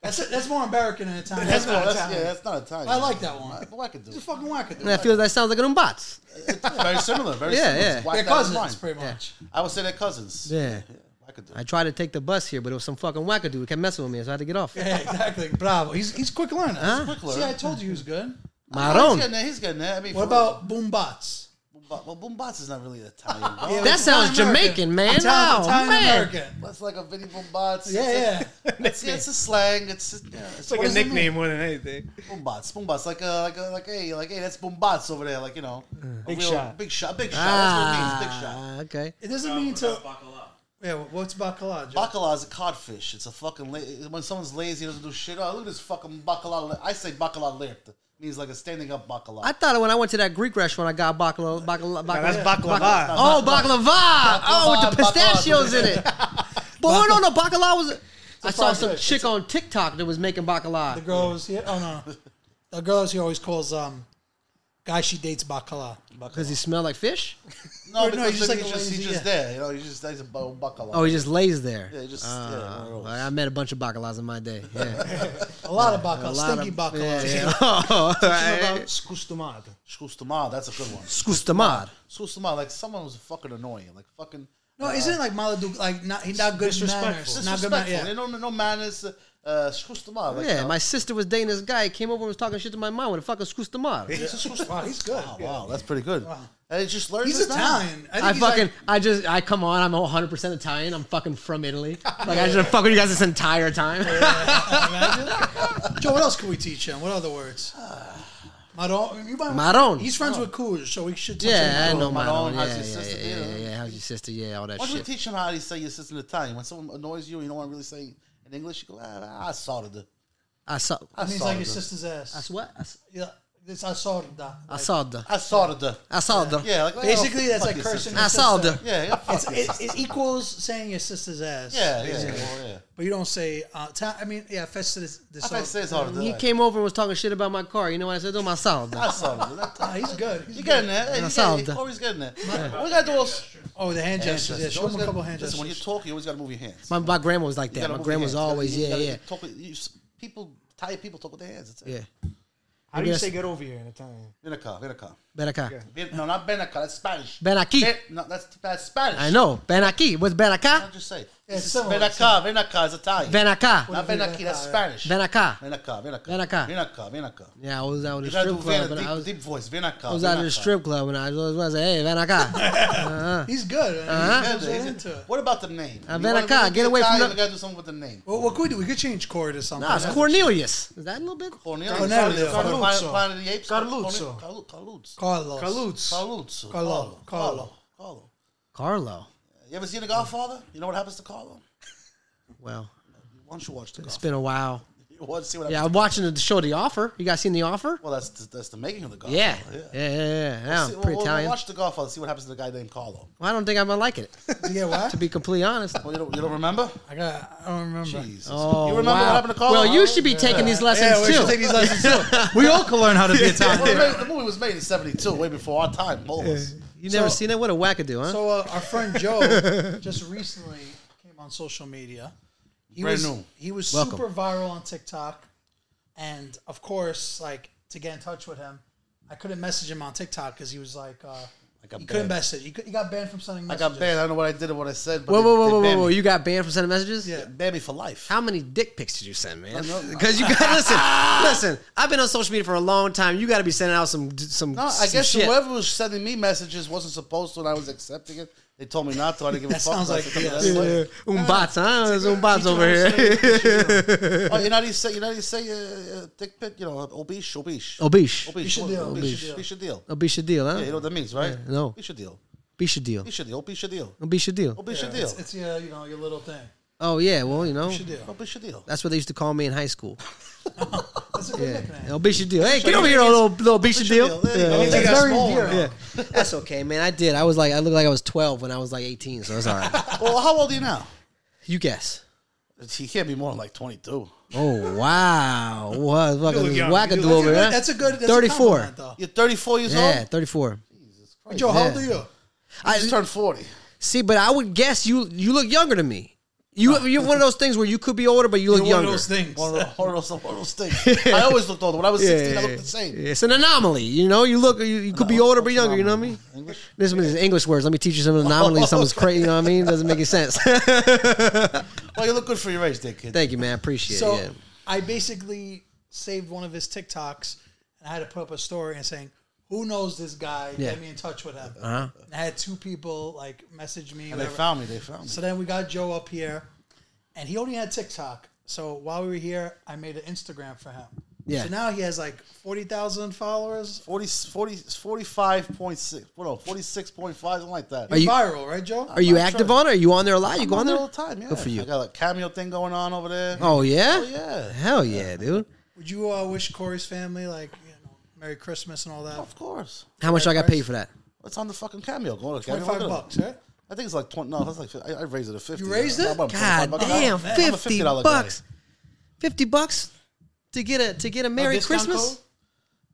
Speaker 2: That's it. That's more American than Italian.
Speaker 4: That's not that's, yeah, that's not Italian.
Speaker 2: I like that one.
Speaker 4: But I could do.
Speaker 2: It's a
Speaker 4: it.
Speaker 2: fucking wackadoo.
Speaker 1: And I feel that sounds like an umbats.
Speaker 4: very similar. Very
Speaker 1: Yeah,
Speaker 4: similar.
Speaker 1: yeah.
Speaker 4: It's whacked
Speaker 2: They're
Speaker 4: out of
Speaker 2: cousins,
Speaker 4: mind.
Speaker 2: pretty much.
Speaker 4: I would say they're cousins.
Speaker 1: Yeah.
Speaker 4: I could do.
Speaker 1: I tried to take the bus here, but it was some fucking wackadoo. It kept messing with me, so I had to get off.
Speaker 2: Yeah, exactly. Bravo. He's he's a quick learner.
Speaker 4: Quick
Speaker 2: See, I
Speaker 4: learn.
Speaker 2: told you he was good.
Speaker 4: Oh, he's
Speaker 1: Maron.
Speaker 4: getting there. He's getting there. I mean,
Speaker 2: What
Speaker 4: for-
Speaker 2: about boombots?
Speaker 4: Boomba- Well, Boombots is not really Italian. bro.
Speaker 2: Yeah,
Speaker 1: That
Speaker 2: it's
Speaker 1: sounds
Speaker 2: Italian American.
Speaker 1: Jamaican, man.
Speaker 2: Italian,
Speaker 1: Oh,
Speaker 2: Italian
Speaker 1: man.
Speaker 2: American.
Speaker 4: That's like a Vinny Boombots.
Speaker 2: Yeah, yeah.
Speaker 4: It's, yeah, it's a slang. It's, it's, yeah,
Speaker 3: It's like
Speaker 4: what
Speaker 3: a
Speaker 4: does it mean?
Speaker 3: nickname more than anything.
Speaker 4: Boombots. Boombots. Like, uh, like, uh, like, hey, like, hey, that's Boombots over there. Like, you know, a
Speaker 3: Big
Speaker 4: real-
Speaker 3: shot.
Speaker 4: big shot, big shot. That's what it means. Big shot.
Speaker 1: Ah, okay.
Speaker 2: It doesn't mean to. Yeah, what's bacala? Joe?
Speaker 4: Bacala is a codfish. It's a fucking la- when someone's lazy doesn't do shit. Oh, look at this fucking bacala. li- I say bacala lipped. means like a standing up bacala.
Speaker 1: I thought when I went to that Greek restaurant, I got baklava. baklava,
Speaker 3: Now, that's
Speaker 1: baklava.
Speaker 3: baklava.
Speaker 1: Oh, baklava. Oh, with the
Speaker 4: Baklava,
Speaker 1: pistachios in it. But hold on, no, baklava was. I saw
Speaker 4: fried
Speaker 1: some
Speaker 4: fish.
Speaker 1: chick on TikTok that was making
Speaker 2: The
Speaker 1: baklava.
Speaker 2: girl is here. Oh no, the girl is here always calls um, guy she dates bacala.
Speaker 1: Because he smelled like fish?
Speaker 4: no,
Speaker 2: or no,
Speaker 4: because
Speaker 2: he's just
Speaker 4: like
Speaker 2: like
Speaker 4: he's
Speaker 2: a
Speaker 4: just, he's
Speaker 2: lazy-
Speaker 4: just
Speaker 2: yeah.
Speaker 4: there. You know, he's just he's a bu- bacala.
Speaker 1: Oh, he just lays there.
Speaker 4: yeah, he just
Speaker 2: uh,
Speaker 1: Ah,
Speaker 4: yeah, one of those.
Speaker 1: well, I met a bunch of bacalas in my day. Yeah.
Speaker 2: A lot of bacala,
Speaker 1: A lot
Speaker 2: stinky
Speaker 1: of-
Speaker 2: bacala.
Speaker 1: yeah, yeah. Oh,
Speaker 3: About
Speaker 1: right.
Speaker 3: scustumado.
Speaker 4: Skustama, that's a good one.
Speaker 1: Scustamar.
Speaker 4: Skustama, like someone who's fucking annoying, like fucking uh,
Speaker 2: No, isn't it like Maladuk? Like not he's not good
Speaker 3: disrespectful.
Speaker 2: manners. Not good
Speaker 4: disrespectful.
Speaker 2: manners.
Speaker 4: They
Speaker 2: Yeah.
Speaker 4: don't no manners. Uh, uh, Skustama, like,
Speaker 1: Yeah,
Speaker 4: you know,
Speaker 1: my sister was dating this guy. He came over and was talking shit to my mom with a fucking scustamar.
Speaker 4: it's a Skustama.
Speaker 2: Wow, he's good.
Speaker 4: Wow, wow, that's pretty good. And it just learns.
Speaker 2: He's
Speaker 4: this now.
Speaker 2: Italian. think
Speaker 1: I
Speaker 2: he's
Speaker 1: fucking,
Speaker 2: Like,
Speaker 1: I just, I come on, I'm 100% Italian. I'm fucking from Italy. Like, I should have fucked with you guys this entire time.
Speaker 2: Joe, what else can we teach him? What other words? Maron. You might,
Speaker 1: Maron.
Speaker 2: He's friends with Kuj, so we should. teach him
Speaker 1: yeah, I
Speaker 2: Maron.
Speaker 1: know
Speaker 4: my
Speaker 1: my own.
Speaker 4: own,
Speaker 1: Yeah,
Speaker 4: how's
Speaker 1: yeah,
Speaker 4: your
Speaker 1: yeah,
Speaker 4: sister,
Speaker 1: yeah,
Speaker 4: you know?
Speaker 1: yeah, How's your sister? Yeah, all that
Speaker 4: Why don't we
Speaker 1: shit.
Speaker 4: teach him how to say your sister in Italian? When someone annoys you, you don't want to really say in English. You go, ah, I sorted it.
Speaker 1: I saw.
Speaker 4: I
Speaker 2: That means like your
Speaker 4: sorted it.
Speaker 2: sister's ass.
Speaker 1: What? I s-
Speaker 2: Yeah, this I saw that.
Speaker 1: I saw the.
Speaker 4: I sorted it.
Speaker 1: I saw the.
Speaker 4: Yeah, like, like,
Speaker 2: Basically,
Speaker 4: oh,
Speaker 2: that's
Speaker 4: fuck
Speaker 2: like
Speaker 4: your
Speaker 2: cursing.
Speaker 4: sister.
Speaker 2: your
Speaker 1: I saw
Speaker 2: sister.
Speaker 1: the-
Speaker 4: Yeah, yeah, fuck
Speaker 2: It's,
Speaker 4: your
Speaker 2: it,
Speaker 4: sister.
Speaker 2: it equals saying your sister's ass.
Speaker 4: yeah, yeah, yeah. well, yeah.
Speaker 2: But you don't say, uh, ta- I mean, yeah, Festus. This
Speaker 4: I say sorted
Speaker 1: He
Speaker 4: it.
Speaker 1: came over and was talking shit about my car. You know what I said to him? I saw the.
Speaker 4: I sorted it.
Speaker 2: Ah, he's good. He's
Speaker 4: You
Speaker 2: good.
Speaker 4: getting there? Hey, you
Speaker 1: saw
Speaker 4: getting
Speaker 1: that.
Speaker 4: there. Always getting there. We gotta do all.
Speaker 2: Oh, the hand
Speaker 4: Hand
Speaker 2: gestures.
Speaker 4: gestures.
Speaker 2: Yeah, show
Speaker 4: Always
Speaker 2: him a
Speaker 4: gotta-
Speaker 2: couple hand
Speaker 4: Listen, when you're
Speaker 2: gestures.
Speaker 4: talking, you always gotta move your hands.
Speaker 1: My, my grandma was like
Speaker 4: You
Speaker 1: that.
Speaker 4: gotta
Speaker 1: My
Speaker 4: move your
Speaker 1: grandma was
Speaker 4: hands. You gotta-
Speaker 1: always,
Speaker 4: you
Speaker 1: yeah,
Speaker 4: gotta
Speaker 1: yeah,
Speaker 4: Talk with, you, s- people, tired people talk with their hands. That's it.
Speaker 1: yeah.
Speaker 3: How do you
Speaker 1: Yes.
Speaker 3: say get over here in Italian?
Speaker 4: In a car, in a car.
Speaker 1: Ben acá.
Speaker 4: Ven- No, not Benaca. That's Spanish.
Speaker 1: Ben aquí.
Speaker 4: Ben- No, that's that's Spanish.
Speaker 1: I know. Ben aquí. What's ben acá?
Speaker 4: I'll just say.
Speaker 2: it's
Speaker 4: This is
Speaker 2: similar, it's
Speaker 4: Benaca. Benaca is Italian.
Speaker 1: Ben acá.
Speaker 4: Not Benaki. That's Spanish.
Speaker 1: Ben acá.
Speaker 4: Benaca. Benaca.
Speaker 1: Benaca.
Speaker 4: Benaca. Benaca.
Speaker 1: Yeah, I was out at
Speaker 4: You
Speaker 1: the
Speaker 4: gotta do
Speaker 1: strip club,
Speaker 4: Vena,
Speaker 1: but
Speaker 4: deep,
Speaker 1: I was,
Speaker 4: deep voice. Benaca.
Speaker 1: I was out at the strip club and I was, I was like, hey, ben acá.
Speaker 2: He's good.
Speaker 1: Uh-huh.
Speaker 2: He's right into it.
Speaker 4: What about the name?
Speaker 1: Uh,
Speaker 4: You wanna
Speaker 1: Benaca,
Speaker 4: really
Speaker 1: get away from
Speaker 4: Italian,
Speaker 1: the-
Speaker 4: We gotta do something with the name.
Speaker 2: Well, what could we do? We could change chord or something.
Speaker 1: Nah, it's Cornelius. Is that a little bit?
Speaker 4: Cornelio.
Speaker 2: Cornelio.
Speaker 3: Carluzzo.
Speaker 4: Planet of the Apes.
Speaker 3: Carluzzo.
Speaker 4: Carlu- Carluzzo.
Speaker 2: Carlos.
Speaker 3: Kalutz.
Speaker 4: Carluzzo.
Speaker 2: Carlo. Carlo.
Speaker 4: Carlo.
Speaker 1: Carlo.
Speaker 4: You ever seen The Godfather? You know what happens to Carlo?
Speaker 1: well,
Speaker 4: Why don't you watch the
Speaker 1: it's
Speaker 4: golf?
Speaker 1: been a while.
Speaker 4: You want to see what
Speaker 1: Yeah,
Speaker 4: happens?
Speaker 1: I'm watching the show The Offer. You guys seen The Offer?
Speaker 4: Well, that's the, that's the making of the golf.
Speaker 1: Yeah, yeah, yeah, yeah. yeah.
Speaker 4: See,
Speaker 1: I'm
Speaker 4: we'll-
Speaker 1: pretty
Speaker 4: we'll
Speaker 1: Italian.
Speaker 4: watch the golf. I'll see what happens to the guy named Carlo.
Speaker 1: Well, I don't think I'm gonna like it.
Speaker 2: Yeah, what?
Speaker 1: To be completely honest.
Speaker 4: Well, you don't, you don't remember?
Speaker 2: I got. I don't remember.
Speaker 4: Jesus.
Speaker 1: Oh,
Speaker 4: you remember
Speaker 1: wow.
Speaker 4: what happened to Carlo?
Speaker 1: Well, you should be taking these lessons
Speaker 2: Yeah, we should
Speaker 1: too.
Speaker 2: take these lessons too. We all can learn how to be
Speaker 4: Well, the
Speaker 2: Italian.
Speaker 4: movie- the movie was made in '72, way before our time. All of us.
Speaker 1: you never
Speaker 2: So-
Speaker 1: seen that? What a wackadoo, huh?
Speaker 2: So uh, our friend Joe just recently came on social media. He
Speaker 4: Brand
Speaker 2: was
Speaker 4: new.
Speaker 2: he was
Speaker 1: Welcome.
Speaker 2: super viral on TikTok, and of course, like to get in touch with him, I couldn't message him on TikTok because he was like, uh,
Speaker 4: got
Speaker 2: he couldn't
Speaker 4: banned.
Speaker 2: message. He, could, he got banned from sending
Speaker 4: I
Speaker 2: messages.
Speaker 4: got banned. I don't know what I did or what I said. But
Speaker 1: whoa,
Speaker 4: they-
Speaker 1: whoa,
Speaker 4: they
Speaker 1: whoa, whoa,
Speaker 4: banned
Speaker 1: whoa!
Speaker 4: me.
Speaker 1: You got banned from sending messages?
Speaker 2: Yeah.
Speaker 4: Banned me for life.
Speaker 1: How many dick pics did you send, man?
Speaker 4: I know.
Speaker 1: Because you got listen, listen. I've been on social media for a long time. You got to be sending out some some.
Speaker 4: No, I
Speaker 1: some
Speaker 4: guess
Speaker 1: shit.
Speaker 4: whoever was sending me messages wasn't supposed to, and I was accepting it. They told me not to. I didn't give a
Speaker 2: That
Speaker 4: fuck.
Speaker 2: sounds
Speaker 4: so I
Speaker 2: like-
Speaker 4: said, "Come
Speaker 2: yeah.
Speaker 4: on,
Speaker 1: Yeah.
Speaker 4: that's
Speaker 1: yeah.
Speaker 4: it."
Speaker 1: Umbats, huh? There's umbats over here.
Speaker 2: here.
Speaker 4: Oh, you know how you say? You know how you say? Uh, uh, dick pit. You know, obese, obese,
Speaker 1: Obish.
Speaker 4: obese,
Speaker 2: Bisha deal,
Speaker 4: obese,
Speaker 2: Bisha deal.
Speaker 4: Bisha deal.
Speaker 1: Obish deal,
Speaker 4: Yeah, you
Speaker 1: huh?
Speaker 4: know what that means, right?
Speaker 1: Yeah, no.
Speaker 4: Bisha deal,
Speaker 1: Obish deal.
Speaker 4: Bisha deal, Bisha deal,
Speaker 1: Obish deal.
Speaker 4: Bisha
Speaker 2: It's,
Speaker 4: deal,
Speaker 2: it's yeah, you know, your little thing.
Speaker 1: Oh yeah, well you know
Speaker 2: You should do.
Speaker 4: Bisha deal.
Speaker 1: that's what they used to call me in high school.
Speaker 2: That's a good
Speaker 1: Yeah.
Speaker 2: nickname.
Speaker 1: Obish deal. Hey, get over here, little little Obish deal.
Speaker 4: There you go.
Speaker 1: Yeah.
Speaker 4: They got
Speaker 2: That's very
Speaker 4: small.
Speaker 2: dear.
Speaker 1: Yeah. That's okay, man. I did. I was like, I looked like I was 12 when I was like 18, so that's all right.
Speaker 4: Well, how old are you now?
Speaker 1: You guess.
Speaker 4: He can't be more than like 22.
Speaker 1: Oh wow! What fucking
Speaker 3: look young.
Speaker 1: wackadoo
Speaker 3: You look
Speaker 1: over there?
Speaker 2: That's a good. That's A
Speaker 1: 34.
Speaker 2: compliment, though.
Speaker 4: You're 34 years
Speaker 1: Yeah,
Speaker 4: old.
Speaker 1: 34.
Speaker 2: Hey, Joe, how old
Speaker 1: Yeah.
Speaker 2: are you?
Speaker 4: I just turned 40.
Speaker 1: See, but I would guess you you look younger than me. You you're one of those things where you could be older, but you look
Speaker 2: You're one
Speaker 1: younger.
Speaker 2: of those things.
Speaker 4: One of those- one of those- one of those things. I always looked older. When I was 16, I looked the same.
Speaker 1: It's an anomaly, you know. You look, you, you could be older but younger. You know what I mean?
Speaker 4: English?
Speaker 1: This is English words. Let me teach you some anomaly. Something's crazy. You know what I mean? Doesn't make any sense.
Speaker 4: Well, you look good for your age, dick kid.
Speaker 1: Thank you, man. I appreciate
Speaker 2: So
Speaker 1: it.
Speaker 2: I basically saved one of his TikToks and I had to put up a story and saying, "Who knows this guy?
Speaker 1: Yeah. Uh-huh.
Speaker 2: Get me in touch with him." And I had two people like message me.
Speaker 4: They
Speaker 2: whatever.
Speaker 4: found me. They found me.
Speaker 2: so then we got Joe up here, and he only had TikTok. So while we were here, I made an Instagram for him.
Speaker 1: Yeah.
Speaker 2: So now he has like forty thousand followers.
Speaker 4: 40, 40, 45.6, what no, 46.5, something like that.
Speaker 1: you-
Speaker 2: viral, right, Joe?
Speaker 1: Are you active on it? Are you on there a lot? You go
Speaker 4: I'm
Speaker 1: on there
Speaker 4: all the time, yeah.
Speaker 1: Good for you.
Speaker 4: I got a cameo thing going on over there.
Speaker 1: Oh yeah?
Speaker 4: Oh, yeah.
Speaker 1: Hell yeah, dude.
Speaker 2: Would you uh, wish Corey's family like you know Merry Christmas and all that?
Speaker 4: Of course.
Speaker 1: How much I got paid for that?
Speaker 4: It's on the fucking cameo. Go to
Speaker 2: Twenty
Speaker 4: cameo.
Speaker 2: five
Speaker 4: look at it.
Speaker 2: bucks, right?
Speaker 4: I think it's like 20. No, that's like, fi- I, I raised it to 50.
Speaker 2: You raised it?
Speaker 4: I bought a
Speaker 1: God
Speaker 4: 25 buck.
Speaker 1: damn,
Speaker 4: I'm a $50
Speaker 1: fifty
Speaker 4: guy.
Speaker 1: bucks. Fifty bucks to get a to get a Merry
Speaker 2: discount
Speaker 1: Christmas.
Speaker 2: code?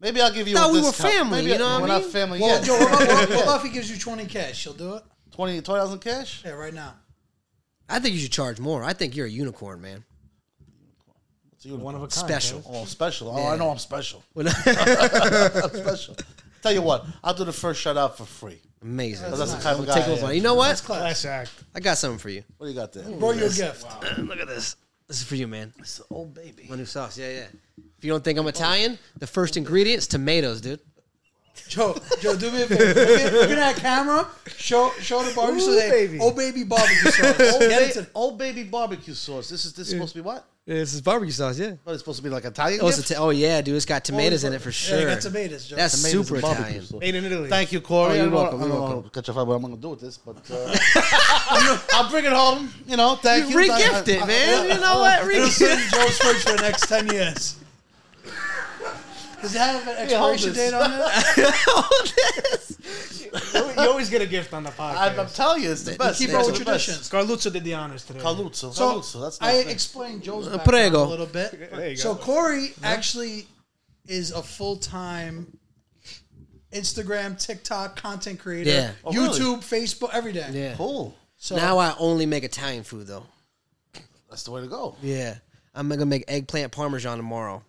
Speaker 4: Maybe I'll give you.
Speaker 1: Thought
Speaker 4: a
Speaker 1: we were
Speaker 4: discount.
Speaker 1: family,
Speaker 4: Maybe
Speaker 1: you
Speaker 4: I-
Speaker 1: know what I
Speaker 4: We're
Speaker 1: mean?
Speaker 4: not family
Speaker 2: Well,
Speaker 4: yet.
Speaker 2: Joe, what about, what about if he gives you twenty cash? You'll do it.
Speaker 4: Twenty twenty thousand cash.
Speaker 2: Yeah, right now.
Speaker 1: I think you should charge more. I think you're a unicorn, man.
Speaker 4: It's a unicorn.
Speaker 3: One of a kind.
Speaker 1: Special.
Speaker 3: dude.
Speaker 4: Oh, special. Oh, I know I'm special.
Speaker 1: Well,
Speaker 4: I'm special. Tell you what, I'll do the first shout out for free.
Speaker 1: Amazing.
Speaker 4: 'Cause that's the kind of guy.
Speaker 1: Take a
Speaker 4: I
Speaker 1: look
Speaker 4: am.
Speaker 1: at it. You know what?
Speaker 3: Class act.
Speaker 1: I got something for you.
Speaker 4: What do you got there?
Speaker 2: Bro, your gift.
Speaker 1: Look at this. This is for you, man.
Speaker 4: It's an old baby.
Speaker 1: My new sauce. Yeah, yeah. If you don't think I'm Italian, the first ingredient is tomatoes, dude.
Speaker 2: Joe, Joe, do me a favor. Look at- Look at that camera. Show show the barbecue
Speaker 3: Ooh,
Speaker 2: sauce.
Speaker 3: baby.
Speaker 2: Oh, baby barbecue sauce.
Speaker 4: Old,
Speaker 2: Get it
Speaker 4: ba-
Speaker 2: to-
Speaker 4: old baby barbecue sauce. This is this supposed to be what?
Speaker 1: This is barbecue sauce, yeah.
Speaker 4: What, it's supposed to be like Italian.
Speaker 1: Oh, it's
Speaker 4: gift?
Speaker 1: Ita- oh yeah, dude. It's got tomatoes in it for
Speaker 2: Yeah,
Speaker 1: sure.
Speaker 2: you got tomatoes, Joe.
Speaker 1: That's
Speaker 4: Tomatoes
Speaker 1: super
Speaker 4: and barbecue
Speaker 1: Italian.
Speaker 4: sauce.
Speaker 3: Made in Italy.
Speaker 4: Thank you, Corey.
Speaker 1: Oh, you're
Speaker 4: I don't know-
Speaker 1: welcome,
Speaker 4: I
Speaker 1: you're
Speaker 4: don't know
Speaker 1: welcome.
Speaker 4: Catch your fire, but I'm gonna do with this. But uh, I'll bring it home. You know, thank you.
Speaker 1: Regift it, man. You know what?
Speaker 2: It'll
Speaker 1: Regift.
Speaker 2: sit in Joe's fridge for the next ten years. Does it have an
Speaker 4: hold
Speaker 2: expiration
Speaker 4: this.
Speaker 2: date on it?
Speaker 3: you. You always get a gift on the
Speaker 4: I'm, I'm
Speaker 3: podcast.
Speaker 4: telling you, it's the best.
Speaker 2: Keep
Speaker 4: It's
Speaker 2: up
Speaker 4: the
Speaker 2: with
Speaker 4: best.
Speaker 2: traditions.
Speaker 3: Scarluzzo did the honors today.
Speaker 4: Caluzzo.
Speaker 2: So
Speaker 4: Caluzzo. That's
Speaker 2: I
Speaker 4: nice.
Speaker 2: explained Joe's
Speaker 1: Uh,
Speaker 2: background
Speaker 1: prego.
Speaker 2: a little bit.
Speaker 3: There you
Speaker 2: So
Speaker 3: go.
Speaker 2: Corey actually is a full time Instagram, TikTok content creator,
Speaker 1: Yeah.
Speaker 4: Oh, really?
Speaker 2: YouTube, Facebook, every day.
Speaker 1: Yeah.
Speaker 4: cool.
Speaker 2: So
Speaker 1: Now I only make Italian food though.
Speaker 4: That's the way to go.
Speaker 1: Yeah. I'm gonna make eggplant parmesan tomorrow.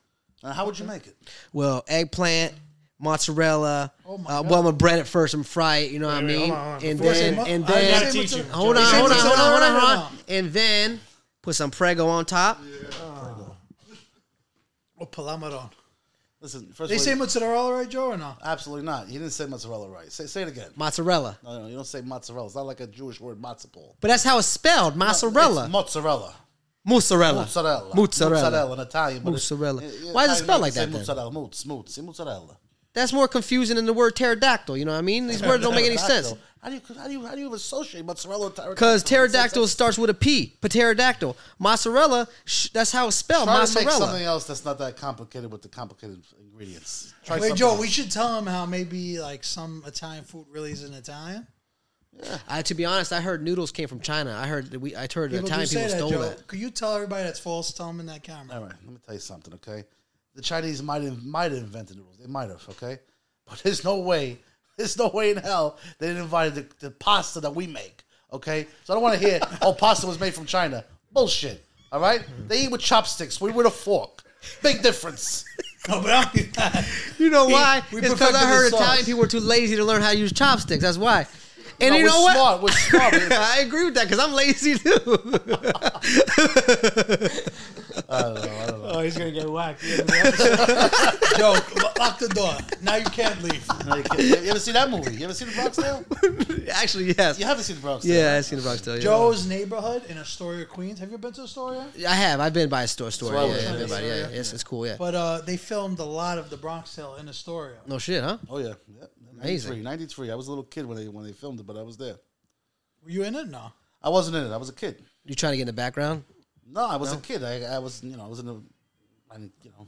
Speaker 4: And how would you make it?
Speaker 1: Well, eggplant, mozzarella.
Speaker 2: Oh my
Speaker 1: uh,
Speaker 2: God.
Speaker 1: well, I'm gonna bread it first and fry it. You know what
Speaker 3: Wait,
Speaker 1: I
Speaker 3: wait,
Speaker 1: mean? And
Speaker 3: hold on, hold on. Before
Speaker 2: you say
Speaker 1: then,
Speaker 2: mo-
Speaker 1: and
Speaker 2: I gotta
Speaker 1: then,
Speaker 2: teach
Speaker 3: you,
Speaker 1: hold on,
Speaker 2: Joey.
Speaker 1: hold on, hold on, hold on, hold
Speaker 2: No,
Speaker 1: on. And then put some prego on top.
Speaker 2: oh, Palamadon.
Speaker 4: Listen, first
Speaker 2: They
Speaker 4: of all,
Speaker 2: say mozzarella, right, Joe, or no?
Speaker 4: absolutely not. You didn't say mozzarella right. Say, say it again.
Speaker 1: Mozzarella.
Speaker 4: No, no, you don't say mozzarella. It's not like a Jewish word, matzo ball.
Speaker 1: But that's how it's spelled. Mozzarella.
Speaker 4: It's mozzarella.
Speaker 1: mozzarella.
Speaker 4: Mozzarella.
Speaker 1: Mozzarella.
Speaker 4: Mozzarella in Italian. but it-
Speaker 1: Mozzarella.
Speaker 4: in-
Speaker 1: Why is
Speaker 4: in
Speaker 1: it
Speaker 4: Italian,
Speaker 1: spelled
Speaker 4: you
Speaker 1: like
Speaker 4: say
Speaker 1: that, then?
Speaker 4: Mozzarella. Mozz, mozz, mozzarella.
Speaker 1: That's more confusing than the word pterodactyl. You know what I mean? These words don't make any sense.
Speaker 4: Pterodactyl. How do you how do you how do you associate mozzarella? with pterodactyl?
Speaker 1: Because pterodactyl starts with a P. Pterodactyl. Mozzarella, sh- that's how it's spelled.
Speaker 4: Try to make something
Speaker 1: mozzarella.
Speaker 4: else that's not that complicated with the complicated ingredients. Try
Speaker 2: Wait,
Speaker 4: something
Speaker 2: Joe,
Speaker 4: else.
Speaker 2: we should tell him how maybe like some Italian food really isn't Italian.
Speaker 1: I, to be honest, I heard noodles came from China. I heard that we. I heard
Speaker 2: People
Speaker 1: Italian
Speaker 2: do say
Speaker 1: people
Speaker 2: that,
Speaker 1: stole
Speaker 2: Joe.
Speaker 1: that.
Speaker 2: Could you tell everybody that's false? Tell them in that camera.
Speaker 4: All right, let me tell you something, okay? The Chinese might have might have invented the rules. They might have, okay? But there's no way, there's no way in hell they didn't invite the, the pasta that we make, okay? So I don't want to hear, oh, pasta was made from China. Bullshit, all right? They eat with chopsticks. We with a fork. Big difference.
Speaker 2: No, but I'm,
Speaker 1: You know why?
Speaker 4: we
Speaker 1: it's because I
Speaker 4: perfected the
Speaker 1: heard
Speaker 4: sauce.
Speaker 1: Italian people were too lazy to learn how to use chopsticks. That's why. And
Speaker 4: No,
Speaker 1: you
Speaker 4: we're
Speaker 1: know what?
Speaker 4: smart. We're smart. We're-
Speaker 1: I agree with that because I'm lazy too.
Speaker 3: Oh, he's gonna get whacked.
Speaker 2: Joe, lo- lock the door. Now you can't leave.
Speaker 4: No, you, can't. you ever see that movie? You ever seen The Bronx Tale?
Speaker 1: Actually, yes.
Speaker 4: You
Speaker 1: Yeah,
Speaker 4: haven't seen The Bronx Tale.
Speaker 1: yeah I've seen the Bronx Tale. yeah.
Speaker 2: Joe's neighborhood in Astoria, Queens. Have you been to Astoria?
Speaker 1: I have. I've been by a store. Store.
Speaker 4: why
Speaker 1: Yeah,
Speaker 4: we're
Speaker 1: yeah,
Speaker 4: trying
Speaker 1: been
Speaker 4: to
Speaker 1: by-
Speaker 2: say
Speaker 1: yeah,
Speaker 2: that.
Speaker 1: yeah. It's, it's cool. Yeah.
Speaker 2: But uh, they filmed a lot of the Bronx Tale in Astoria.
Speaker 1: No shit, huh?
Speaker 4: Oh, yeah. yeah.
Speaker 1: Amazing.
Speaker 4: 93, 93. I was a little kid when they, when they filmed it, but I was there.
Speaker 2: Were you in it? No.
Speaker 4: I wasn't in it. I was a kid.
Speaker 1: You trying to get in the background?
Speaker 4: No, I was a kid. I, I was, you know, I was in the, I, didn't- you know,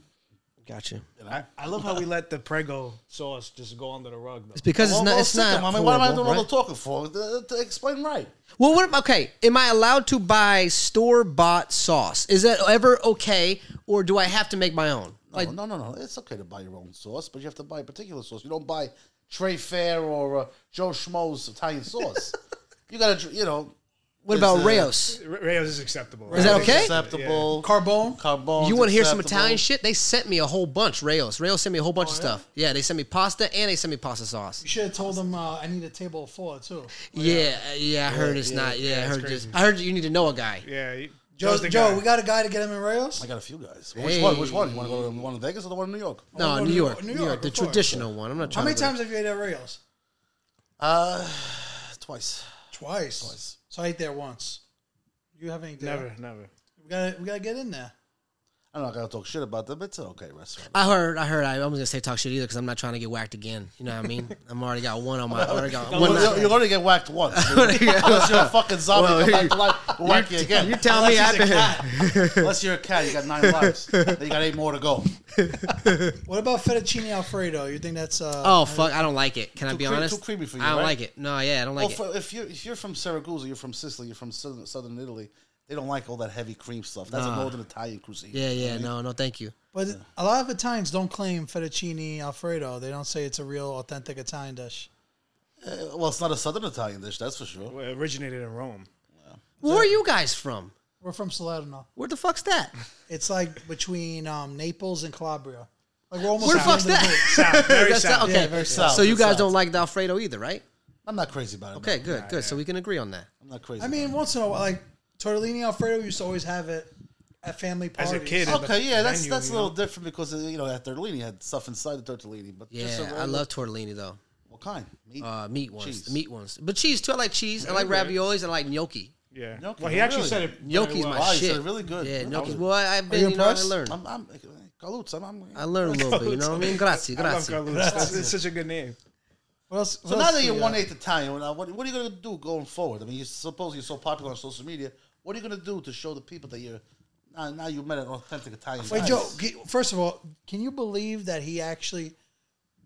Speaker 1: Gotcha.
Speaker 4: you know.
Speaker 3: I love how we let the prego sauce just go under the rug. Though.
Speaker 1: It's because
Speaker 4: Well,
Speaker 1: it's not.
Speaker 4: well,
Speaker 1: It's
Speaker 4: Oh, sick 'em.
Speaker 1: not.
Speaker 4: I mean, what am I doing
Speaker 1: horrible,
Speaker 4: all
Speaker 1: right?
Speaker 4: the talking for? To, to explain right.
Speaker 1: Well, what? Okay, am I allowed to buy store bought sauce? Is that ever okay, or do I have to make my own?
Speaker 4: No,
Speaker 1: Like,
Speaker 4: no, no, no. It's okay to buy your own sauce, but you have to buy a particular sauce. You don't buy Trey Fair or uh, Joe Schmo's Italian sauce. you gotta, dr- you know.
Speaker 1: what about
Speaker 4: there's, uh,
Speaker 1: Rayos?
Speaker 3: R- Rayo's is acceptable.
Speaker 1: Is that
Speaker 4: Rayo's
Speaker 1: okay?
Speaker 4: Acceptable.
Speaker 2: Carbone?
Speaker 4: Carbone.
Speaker 1: You want to hear some Italian shit? They sent me a whole bunch. Rayos, Rayos sent me a whole bunch of stuff. Yeah, they sent me pasta and they sent me pasta sauce.
Speaker 2: You should have told them uh, I need a table of four, too.
Speaker 1: Yeah, uh, yeah, I heard it's not. Yeah, I heard
Speaker 3: crazy.
Speaker 1: just. I heard you need to know a guy.
Speaker 3: Yeah. you-
Speaker 2: Joe,
Speaker 3: Joe's the
Speaker 2: Joe
Speaker 3: guy.
Speaker 2: we got a guy to get him in Rails?
Speaker 4: I got a few guys. Well, which one? Which one? You want to go to the one in Vegas or the one in New York?
Speaker 1: No,
Speaker 2: Oh,
Speaker 1: New
Speaker 2: New
Speaker 1: York,
Speaker 2: York,
Speaker 1: New
Speaker 2: New
Speaker 1: York,
Speaker 2: York,
Speaker 1: the
Speaker 2: of course.
Speaker 1: traditional one. I'm not
Speaker 2: How
Speaker 1: trying.
Speaker 2: many
Speaker 1: to go-
Speaker 2: times have you ate at Rails?
Speaker 4: Uh, twice.
Speaker 2: Twice. So I ate there once. You haven't eaten there?
Speaker 3: Never, never.
Speaker 2: We gotta, we gotta get in there.
Speaker 4: I'm not gonna talk shit about them. It's an okay restaurant.
Speaker 1: I heard, I heard. I wasn't gonna say talk shit either because I'm not trying to get whacked again. You know what I mean? I'm already got one on my. I already got one.
Speaker 4: Well, you're gonna get whacked once. Unless you're a fucking zombie,
Speaker 1: Well,
Speaker 4: come back
Speaker 1: you-
Speaker 4: to life, we'll whack you again.
Speaker 1: You tell me I've been.
Speaker 4: Unless you're a cat, you got nine lives. Then you got eight more to go.
Speaker 2: What about fettuccine alfredo? You think that's uh?
Speaker 1: Oh fuck! I don't like it. Can I
Speaker 4: Too
Speaker 1: be
Speaker 4: cre-
Speaker 1: honest?
Speaker 4: too creamy for you,
Speaker 1: I don't
Speaker 4: right? Oh,
Speaker 1: like it. No, yeah, I don't like
Speaker 4: well, for, if you're if you're from Syracuse, you're from Sicily, you're from southern, southern Italy. They don't like all that heavy cream stuff. That's a northern Italian cuisine.
Speaker 1: it. Yeah, yeah, no, no, thank you.
Speaker 2: But a lot of Italians don't claim fettuccine alfredo. They don't say it's a real authentic Italian dish.
Speaker 4: Uh, Well, it's not a southern Italian dish, that's for sure.
Speaker 3: Well, it originated in Rome.
Speaker 1: Where are you guys from?
Speaker 2: We're from Salerno.
Speaker 1: Where the fuck's that?
Speaker 2: It's like between um, Naples and Calabria. Like we're almost
Speaker 1: Where the
Speaker 2: at
Speaker 1: fuck's
Speaker 2: end of
Speaker 1: that?
Speaker 2: the
Speaker 3: South, very
Speaker 1: That's
Speaker 3: south.
Speaker 1: not- okay,
Speaker 2: very
Speaker 4: south,
Speaker 1: so you
Speaker 4: that's
Speaker 1: guys
Speaker 4: south.
Speaker 1: don't like the Alfredo either, right?
Speaker 4: I'm not crazy about it. no.
Speaker 1: Okay, good, good. So we can agree on that.
Speaker 4: I'm not crazy.
Speaker 2: boat. I mean, once in a while, like tortellini alfredo, we used to always have it at family
Speaker 3: As
Speaker 2: parties.
Speaker 3: a kid,
Speaker 4: about it. okay, yeah, that's
Speaker 3: Menu,
Speaker 4: that's a
Speaker 3: you
Speaker 4: little
Speaker 3: know.
Speaker 4: different because uh, you know that tortellini had stuff inside the tortellini, but just a
Speaker 1: Yeah, I
Speaker 4: regular-
Speaker 1: love tortellini though.
Speaker 4: what kind? Meat.
Speaker 1: Uh, meat ones,
Speaker 4: Cheese.
Speaker 1: the meat ones, but cheese too. I like cheese. I like
Speaker 3: Okay.
Speaker 1: raviolis. I like gnocchi.
Speaker 3: Yeah.
Speaker 4: Gnocchi,
Speaker 3: well, he actually
Speaker 4: really?
Speaker 3: said it. very
Speaker 1: Gnocchi's
Speaker 3: well.
Speaker 1: my
Speaker 4: Wow, you
Speaker 1: shit.
Speaker 4: said it really good.
Speaker 1: Yeah,
Speaker 4: Wow.
Speaker 1: gnocchi's. Well, I, I've
Speaker 2: you
Speaker 1: been, you know, I
Speaker 2: impressed?
Speaker 1: learned.
Speaker 4: I'm, I'm Galutz. I'm, I'm
Speaker 1: I learned a little bit. You know what I mean? Grazie,
Speaker 3: I love
Speaker 1: grazie.
Speaker 3: Galuz. That's, it's such a good name.
Speaker 2: What else? uh,
Speaker 4: So now that you're one eighth Italian, now what, what are you going to do going forward? I mean, you suppose you're so popular on social media. What are you going to do to show the people that you're now, now you met an authentic Italian?
Speaker 2: Wait,
Speaker 4: guy?
Speaker 2: Joe. g- First of all, can you believe that he actually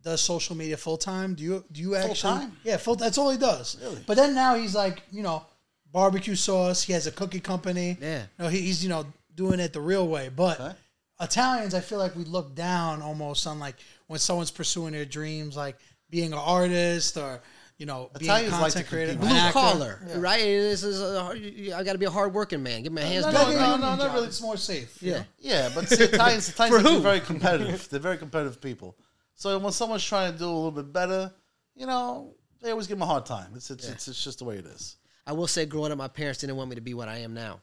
Speaker 2: does social media full time? Do you do you actually?
Speaker 4: time?
Speaker 2: Yeah, full. That's all he does. Really? But then now he's like, you know, barbecue sauce. He has a cookie company.
Speaker 1: Yeah.
Speaker 2: No, he, he's you know doing it the real way. But
Speaker 4: Okay.
Speaker 2: Italians, I feel like we look down almost on like when someone's pursuing their dreams, like being an artist or you know being a
Speaker 4: Italians like
Speaker 2: content
Speaker 4: to
Speaker 2: creator,
Speaker 4: compete
Speaker 2: an
Speaker 4: with
Speaker 1: Blue
Speaker 2: actor.
Speaker 1: collar, right? This is a hard- I got to be a hard working man. Get my hands
Speaker 4: no,
Speaker 1: dirty.
Speaker 2: No, no, no, no,
Speaker 4: not
Speaker 2: really.
Speaker 4: really.
Speaker 2: It's more safe. you
Speaker 1: Yeah.
Speaker 2: know?
Speaker 4: Yeah, but see, Italians, Italians
Speaker 1: For
Speaker 4: are
Speaker 1: who?
Speaker 4: very competitive. They're very competitive people. So when someone's trying to do a little bit better, you know, they always give them a hard time. It's it's, it's, it's just the way it is.
Speaker 1: I will say, growing up, my parents didn't want me to be what I am now.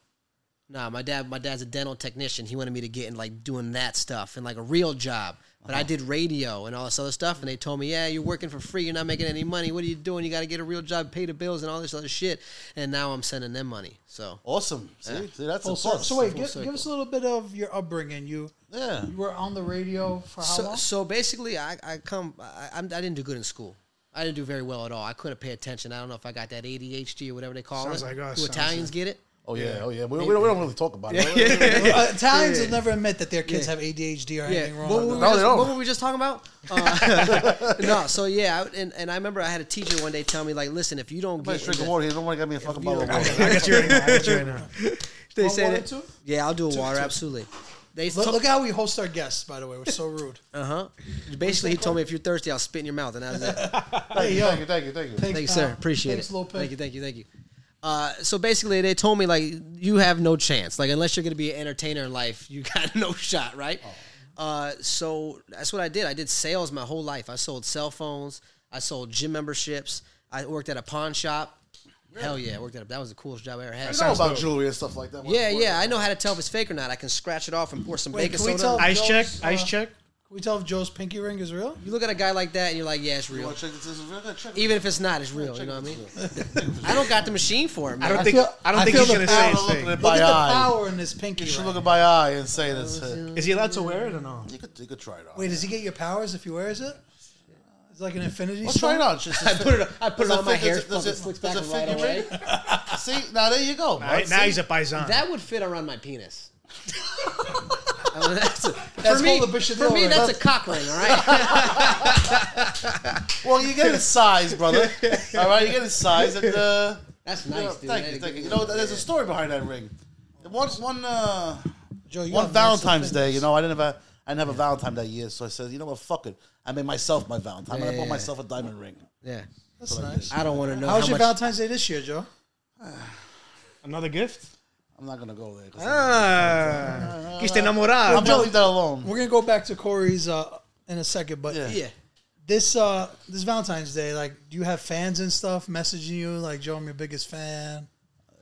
Speaker 1: Nah, my dad, my dad's a dental technician. He wanted me to get in like doing that stuff and like a real job. But
Speaker 3: Uh-huh.
Speaker 1: I did radio and all this other stuff, and they told me, "Yeah, you're working for free. You're not making any money. What are you doing? You got to get a real job, pay the bills, and all this other shit." And now I'm sending them money. So
Speaker 4: Awesome. See, see that's a
Speaker 2: Full circle.
Speaker 4: plus.
Speaker 2: So wait,
Speaker 1: Full
Speaker 2: give, give
Speaker 1: circle.
Speaker 2: us a little bit of your upbringing. You
Speaker 4: yeah.
Speaker 2: You were on the radio for how
Speaker 1: so,
Speaker 2: long?
Speaker 1: so basically, I, I come. I, I'm- I didn't do good in school. I didn't do very well at all. I couldn't pay attention. I don't know if I got that ADHD or whatever they call
Speaker 3: Sounds
Speaker 1: it.
Speaker 3: like us,
Speaker 1: Do
Speaker 3: sounds
Speaker 1: Italians get it?
Speaker 4: Oh yeah, oh yeah. We, we, don't, we don't really talk about it.
Speaker 2: Uh, Italians will never admit that their kids have ADHD or anything wrong.
Speaker 1: What were,
Speaker 2: with
Speaker 1: we
Speaker 2: them.
Speaker 4: No, they
Speaker 1: just,
Speaker 4: don't.
Speaker 1: what were we just talking about? Uh, no, so yeah, I- and, and I remember I had a teacher one day tell me like, listen, if you don't
Speaker 4: Somebody's
Speaker 1: get
Speaker 4: drinking
Speaker 1: into-
Speaker 4: water. He don't want to get me a fucking bottle of
Speaker 1: don't-
Speaker 4: water.
Speaker 3: I got you right now. I got you right now.
Speaker 1: they
Speaker 2: Want
Speaker 1: said
Speaker 2: water
Speaker 1: it.
Speaker 2: too?
Speaker 1: Yeah, I'll do a water. Absolutely. They
Speaker 2: Look, look how we host our guests, by the way. We're so rude.
Speaker 1: Uh huh. Basically, he told me if you're thirsty, I'll spit in your mouth, and that was it.
Speaker 4: Thank you, thank you, thank you, thank you.
Speaker 1: Thank you, sir.
Speaker 2: Uh,
Speaker 1: Appreciate
Speaker 2: thanks,
Speaker 1: it.
Speaker 2: Lope.
Speaker 1: Thank you, thank you, thank you. Uh, so basically, they told me like you have no chance. Like unless you're going to be an entertainer in life, you got no shot, right?
Speaker 2: Oh.
Speaker 1: Uh, so that's what I did. I did sales my whole life. I sold cell phones. I sold gym memberships. I worked at a pawn shop. Hell yeah, I worked at a, that was the coolest job I ever had.
Speaker 4: I know about jewelry and stuff like that.
Speaker 1: Yeah, yeah, I know how to tell if it's fake or not. I can scratch it off and pour some
Speaker 2: Wait,
Speaker 1: baking
Speaker 2: can we
Speaker 1: soda.
Speaker 2: tell-
Speaker 3: Ice check.
Speaker 2: Joe's,
Speaker 3: Ice
Speaker 2: uh,
Speaker 3: check.
Speaker 2: Can we tell if Joe's pinky ring is real?
Speaker 1: you look at a guy like that and you're like, yeah, it's
Speaker 4: You
Speaker 1: real.
Speaker 4: want to check this? This is real? Check it.
Speaker 1: Even if it's not, it's real. You know what I mean? I don't got the machine for it, man.
Speaker 3: I don't
Speaker 2: I
Speaker 3: think.
Speaker 2: feel-
Speaker 3: I don't
Speaker 2: I
Speaker 3: think
Speaker 2: feel
Speaker 3: you
Speaker 2: the
Speaker 3: should
Speaker 4: I
Speaker 3: have said
Speaker 4: don't look at
Speaker 3: anything.
Speaker 4: it
Speaker 2: Look
Speaker 4: by
Speaker 2: at the
Speaker 4: eye.
Speaker 2: power in this pinky
Speaker 4: You should
Speaker 2: ring.
Speaker 4: look at my eye and say this. You
Speaker 3: Is he allowed to wear it or no?
Speaker 4: could, you could try it on.
Speaker 2: Wait, does he get your powers if he wears it? Uh, It's like an infinity
Speaker 4: Well,
Speaker 2: stone?
Speaker 4: try it on. It's just-
Speaker 1: I put it. I put
Speaker 4: Does
Speaker 1: it
Speaker 4: it
Speaker 1: on my
Speaker 4: fit-
Speaker 1: hair.
Speaker 4: does it- does
Speaker 1: fucking flicks
Speaker 4: it- does
Speaker 1: back
Speaker 4: it
Speaker 1: right
Speaker 4: fit your
Speaker 1: away.
Speaker 4: See, now there you go.
Speaker 3: All right, now
Speaker 4: See?
Speaker 3: he's a paisan.
Speaker 1: That would fit around my penis. I mean, that's a,
Speaker 2: That's
Speaker 1: for me,
Speaker 2: called a bishop
Speaker 1: for me,
Speaker 2: ring.
Speaker 1: that's a cock ring. All right.
Speaker 4: Well, you get his size, brother. All right, you get his size, and uh,
Speaker 1: That's
Speaker 4: you know,
Speaker 1: nice, dude.
Speaker 4: thank
Speaker 1: That
Speaker 4: you,
Speaker 1: is
Speaker 4: thank you.
Speaker 1: good.
Speaker 4: You know, there's a story behind that ring. One, one, uh,
Speaker 2: Joe, you
Speaker 4: one
Speaker 2: have nice
Speaker 4: Valentine's Day.
Speaker 2: fingers.
Speaker 4: You know, I didn't have a, I didn't have a Valentine that year, so I said, you know what, fuck it. I made myself my Valentine, and I
Speaker 1: Yeah,
Speaker 4: bought
Speaker 1: yeah.
Speaker 4: myself a diamond ring.
Speaker 1: Yeah.
Speaker 2: That's nice.
Speaker 1: I don't want to know
Speaker 2: How was
Speaker 1: how
Speaker 2: your
Speaker 1: much.
Speaker 2: Valentine's Day this year, Joe?
Speaker 3: Another gift?
Speaker 4: I'm not gonna go there. 'cause
Speaker 3: Ah, quiste
Speaker 4: I'm gonna
Speaker 3: enamorado.
Speaker 4: leave that alone.
Speaker 2: We're going to go back to Corey's uh, in a second, but
Speaker 4: Yeah.
Speaker 1: yeah.
Speaker 2: this uh, this Valentine's Day, like, do you have fans and stuff messaging you, like, Joe, I'm your biggest fan?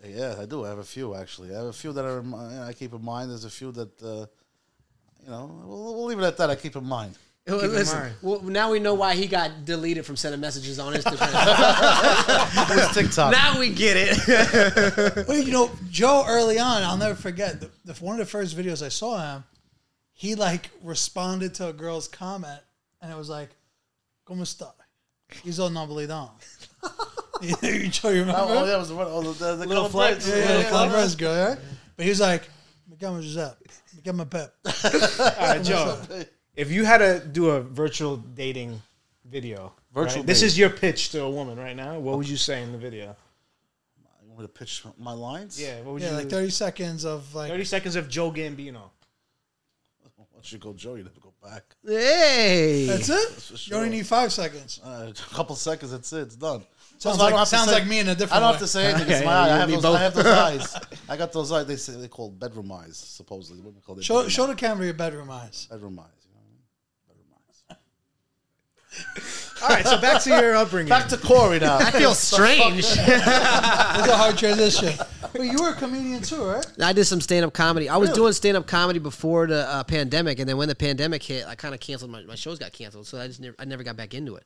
Speaker 4: Yeah, I do. I have a few actually. I have a few that I, rem- you know, I keep in mind. There's a few that, uh, you know, we'll, we'll leave it at that. I keep in mind.
Speaker 1: Well,
Speaker 3: Keep in
Speaker 1: listen.
Speaker 3: mind.
Speaker 1: Well, now we know why he got deleted from sending messages on Instagram.
Speaker 4: It was TikTok.
Speaker 1: now we get it.
Speaker 2: Well, you know, Joe early on, I'll never forget the, the, one of the first videos I saw him. He like responded to a girl's comment, and it was like, "Como está?" He's all non-believable. Joe, you remember?
Speaker 4: Oh, yeah, it was the, one- oh, the, the, the
Speaker 1: Little
Speaker 4: Colin
Speaker 1: flex.
Speaker 4: Brett.
Speaker 2: yeah,
Speaker 4: Yeah,
Speaker 2: yeah,
Speaker 4: yeah,
Speaker 2: Colin Firth's girl, right? eh? But he was like, "Me llamo Giuseppe. Me llamo Pep."
Speaker 3: All right, Joe. If you had to do a virtual dating video,
Speaker 4: Virtual
Speaker 3: right? this
Speaker 4: dating.
Speaker 3: is your pitch to a woman right now. What would you say in the video?
Speaker 4: You want me to pitch my lines?
Speaker 3: Yeah, what would
Speaker 2: Yeah,
Speaker 3: you?
Speaker 2: like
Speaker 3: Like 30,
Speaker 2: thirty seconds of like.
Speaker 3: seconds of Joe Gambino.
Speaker 4: Once you go Joe, you never go back.
Speaker 1: hey.
Speaker 2: That's
Speaker 4: for
Speaker 2: it. You
Speaker 4: sure.
Speaker 2: only need five seconds.
Speaker 4: Uh, a couple seconds, that's it. It's done.
Speaker 2: Sounds
Speaker 4: Also, I
Speaker 2: like-
Speaker 4: don't have to
Speaker 2: sounds
Speaker 4: say-
Speaker 2: like me in a different
Speaker 4: I don't
Speaker 2: way.
Speaker 4: have to say anything. It's
Speaker 1: Yeah,
Speaker 4: my eye.
Speaker 1: you
Speaker 4: I
Speaker 1: and
Speaker 4: have,
Speaker 1: me
Speaker 4: those,
Speaker 1: both.
Speaker 4: I have those eyes. I got those eyes. They say they call bedroom eyes. Supposedly, women call them
Speaker 2: Show,
Speaker 4: bedroom,
Speaker 2: show the camera your bedroom eyes.
Speaker 4: eyes. bedroom eyes. You know what I mean? Bedroom eyes.
Speaker 3: All right, so back to your upbringing.
Speaker 4: Back to Corey now.
Speaker 1: I feel strange.
Speaker 2: That's a hard transition. But you were a comedian too, right?
Speaker 1: I did some stand up comedy. I was doing stand up comedy before the uh, pandemic, and then when the pandemic hit, I kind of canceled my, my shows got canceled, so I just never, I never got back into it.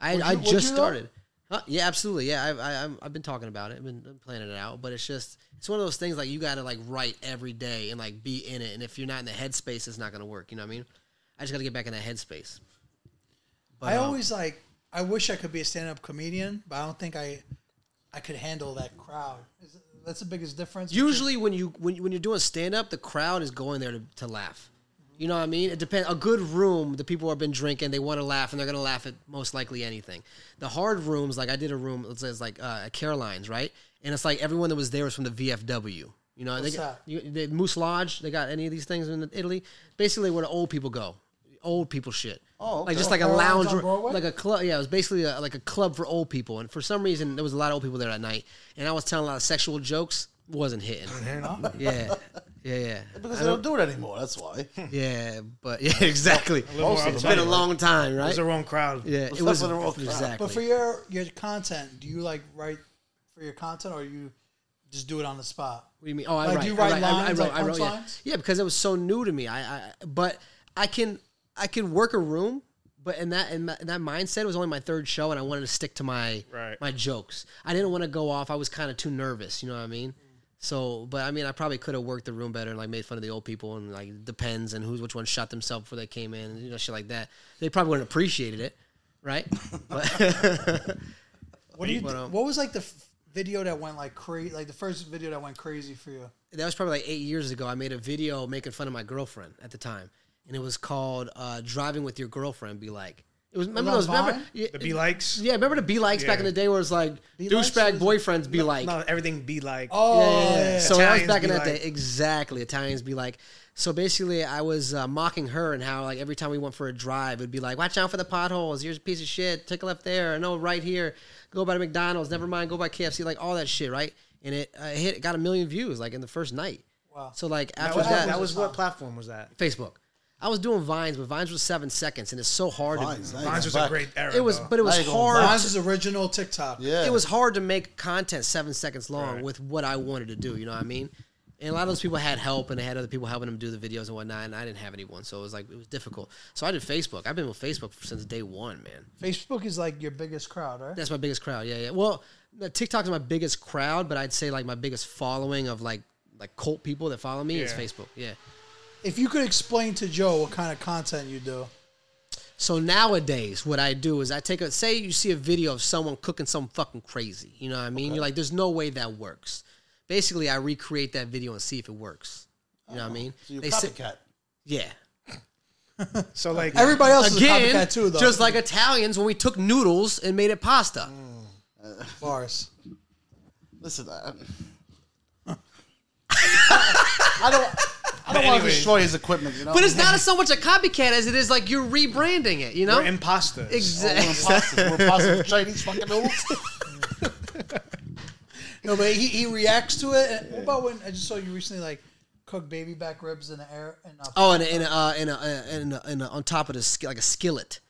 Speaker 1: I, I
Speaker 2: would
Speaker 1: just
Speaker 2: you, though?
Speaker 1: started. Huh? Yeah, absolutely. Yeah, I've, I, I'm, I've been talking about it. I've been, been planning it out, but it's just it's one of those things like you got to like write every day and like be in it, and if you're not in the headspace, it's not gonna work. You know what I mean? I just got to get back in that headspace.
Speaker 2: I always like. I wish I could be a stand-up comedian, but I don't think I, I could handle that crowd. Is- That's the biggest difference.
Speaker 1: Usually, when you when, you- when you're doing stand up, the crowd is going there to, to laugh. You know what I mean? It depends. A good room, the people have been drinking, they want to laugh, and they're gonna laugh at most likely anything. The hard rooms, like I did a room, it says like uh, at Caroline's, right? And it's like everyone that was there was from the VFW. You know, they got,
Speaker 2: that?
Speaker 1: you, the Moose Lodge. They got any of these things in Italy? Basically, where the old people go, old people shit.
Speaker 4: Oh,
Speaker 1: like
Speaker 4: okay.
Speaker 1: just like a
Speaker 2: Caroline's
Speaker 1: lounge,
Speaker 2: on
Speaker 1: room-
Speaker 2: Broadway?
Speaker 1: like a club. Yeah, it was basically a, like a club for old people. And for some reason, there was a lot of old people there that night. And I was telling a lot of sexual jokes. Wasn't hitting. yeah, yeah, yeah,
Speaker 4: because they don't do it anymore. That's why.
Speaker 1: yeah. But yeah, exactly.
Speaker 3: little more
Speaker 1: It's been a
Speaker 3: uptight.
Speaker 1: long time,
Speaker 3: It was
Speaker 1: right?
Speaker 3: the wrong crowd.
Speaker 1: Yeah,
Speaker 4: Let's
Speaker 1: it was
Speaker 4: not let it roll.
Speaker 1: exactly.
Speaker 2: But for your your content, do you like write for your content, or you just do it on the spot?
Speaker 1: What do you mean? Oh, I
Speaker 2: Like,
Speaker 1: write.
Speaker 2: you write
Speaker 1: I I
Speaker 2: lines,
Speaker 1: I wrote,
Speaker 2: like
Speaker 1: I wrote, yeah.
Speaker 2: punchlines?
Speaker 1: yeah, because it was so new to me. I, I but I can I can work a room, but in that in, my, in that mindset, it was only my third show, and I wanted to stick to my
Speaker 3: Right.
Speaker 1: my jokes. I didn't want to go off. I was kind of too nervous. You know what I mean? So, but I mean, I probably could have worked the room better, and like made fun of the old people, and like depends and who's which one shot themselves before they came in, and you know shit like that. They probably wouldn't have appreciated it. right? But
Speaker 2: What do you?
Speaker 1: But,
Speaker 2: thi-
Speaker 1: um,
Speaker 2: what was like the f- video that went like crazy? Like the first video that went crazy for you?
Speaker 1: that was probably like eight years ago. I made a video making fun of my girlfriend at the time, and it was called uh, "Driving with Your Girlfriend." Be like, it was remember
Speaker 2: on
Speaker 1: those remember
Speaker 2: Vine?
Speaker 1: yeah,
Speaker 3: The be likes.
Speaker 1: yeah remember the be likes back
Speaker 3: Yeah.
Speaker 1: in the day where it's like
Speaker 2: likes?
Speaker 1: douchebag boyfriends be like.
Speaker 3: No, everything be like.
Speaker 2: Oh,
Speaker 1: Yeah, yeah, yeah. So that was
Speaker 3: Italians
Speaker 1: back in
Speaker 3: be
Speaker 1: that
Speaker 3: like-
Speaker 1: day. Exactly. Italians be like, so basically, I was uh, mocking her and how, like, every time we went for a drive, it'd be like, watch out for the potholes. Here's a piece of shit. Take a left there. No, right here. Go by the McDonald's. Never mind. Go by KFC. Like, all that shit, right? And it, uh, hit, it got a million views, like, in the first night.
Speaker 2: Wow.
Speaker 1: So, like,
Speaker 3: That
Speaker 1: after
Speaker 3: was,
Speaker 1: that,
Speaker 3: that was what platform was that?
Speaker 1: Facebook. I was doing Vines, but Vines was seven seconds, and it's so hard
Speaker 4: Vines,
Speaker 1: to.
Speaker 4: nice.
Speaker 3: Mine was a
Speaker 4: Back-
Speaker 3: great era.
Speaker 1: It was,
Speaker 3: though.
Speaker 1: but it was
Speaker 4: Like,
Speaker 1: hard.
Speaker 2: Mine's is original TikTok.
Speaker 4: Yeah.
Speaker 1: it was hard to make content seven seconds long
Speaker 3: Right.
Speaker 1: with what I wanted to do. You know what I mean? And a lot of those people had help, and they had other people helping them do the videos and whatnot. And I didn't have anyone, so it was like it was difficult. So I did Facebook. I've been with Facebook since day one, man.
Speaker 2: Facebook is like your biggest crowd, right?
Speaker 1: That's my biggest crowd. Yeah, yeah. Well, no, TikTok is my biggest crowd, but I'd say like my biggest following of like like cult people that follow me is
Speaker 3: Yeah.
Speaker 1: Facebook. Yeah.
Speaker 2: If you could explain to Joe what kind of content you do,
Speaker 1: So nowadays, what I do is I take a say you see a video of someone cooking something fucking crazy. You know what I mean? You're like, there's no way that works. Basically, I recreate that video and see if it works. You know what I mean?
Speaker 4: So you're
Speaker 1: They say-
Speaker 4: copycat.
Speaker 1: yeah.
Speaker 3: so like
Speaker 2: everybody else is a
Speaker 1: Again,
Speaker 2: copycat too, though.
Speaker 1: just like Italians when we took noodles and made it pasta.
Speaker 2: bars.
Speaker 4: Listen, I, I don't. I don't want to
Speaker 3: anyways.
Speaker 4: destroy his equipment, you know.
Speaker 1: But it's not as so much a copycat as it is like you're rebranding it. You know?
Speaker 3: we're imposters.
Speaker 4: We're
Speaker 1: exactly.
Speaker 4: imposters. We're imposters. Chinese fucking noodles.
Speaker 2: No, but he, he reacts to it. And what about when I just saw you recently like cook baby back ribs in the air and uh,
Speaker 1: Oh, and and uh, and, uh, and, uh, and uh, on top of the sk- like a skillet.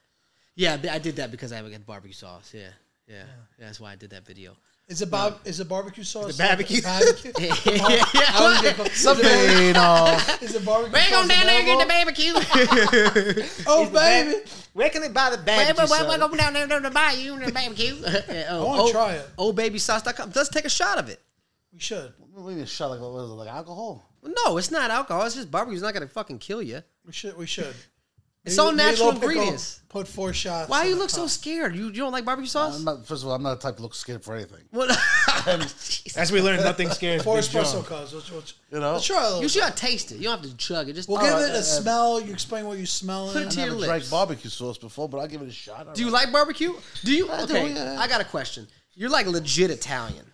Speaker 1: Yeah, I did that because I haven't got barbecue sauce. Yeah, yeah, yeah. That's why I did that video.
Speaker 2: is it bob is it barbecue sauce?
Speaker 3: barbecue.
Speaker 2: barbecue. I was gonna go-
Speaker 1: uh,
Speaker 2: Is it barbecue?
Speaker 1: Bang
Speaker 2: sauce
Speaker 1: on down there and get the
Speaker 2: available?
Speaker 1: barbecue.
Speaker 2: Oh baby,
Speaker 3: Where can they buy the
Speaker 1: Where
Speaker 3: bag?
Speaker 1: go down there to buy you and the barbecue. I
Speaker 2: wanna try it.
Speaker 1: oh, Oldbabysauce.com. Let's take a shot of it.
Speaker 2: we should.
Speaker 4: We need a shot like what was it like alcohol?
Speaker 1: No, it's not alcohol. It's just barbecue. It's not gonna fucking kill you.
Speaker 2: We should. We should.
Speaker 1: It's
Speaker 2: Maybe-
Speaker 1: all
Speaker 2: maybe
Speaker 1: natural
Speaker 2: little pickle,
Speaker 1: ingredients.
Speaker 2: Put four shots.
Speaker 1: Why
Speaker 2: in
Speaker 1: you
Speaker 2: the
Speaker 1: look so
Speaker 2: cup.
Speaker 1: scared? You, you don't like barbecue
Speaker 4: I'm
Speaker 1: sauce?
Speaker 4: not, first of all, I'm not the type to look scared for anything.
Speaker 1: What?
Speaker 3: As we learned, nothing scares
Speaker 2: Four
Speaker 3: Big John.
Speaker 2: espresso cups. Let's, let's,
Speaker 4: You know?
Speaker 2: let's try a little.
Speaker 1: you should taste it. You don't have to chug it. Just uh,
Speaker 2: We'll
Speaker 1: All
Speaker 2: give
Speaker 1: right.
Speaker 2: it a smell. You explain what you smell.
Speaker 1: Put it
Speaker 2: in.
Speaker 1: to
Speaker 4: I
Speaker 1: your
Speaker 4: never
Speaker 1: lips.
Speaker 4: drank barbecue sauce before, but I'll give it a shot.
Speaker 1: Do you like barbecue? Do you?
Speaker 4: I do,
Speaker 1: Okay,
Speaker 4: yeah.
Speaker 1: I got a question. You're like legit Italian,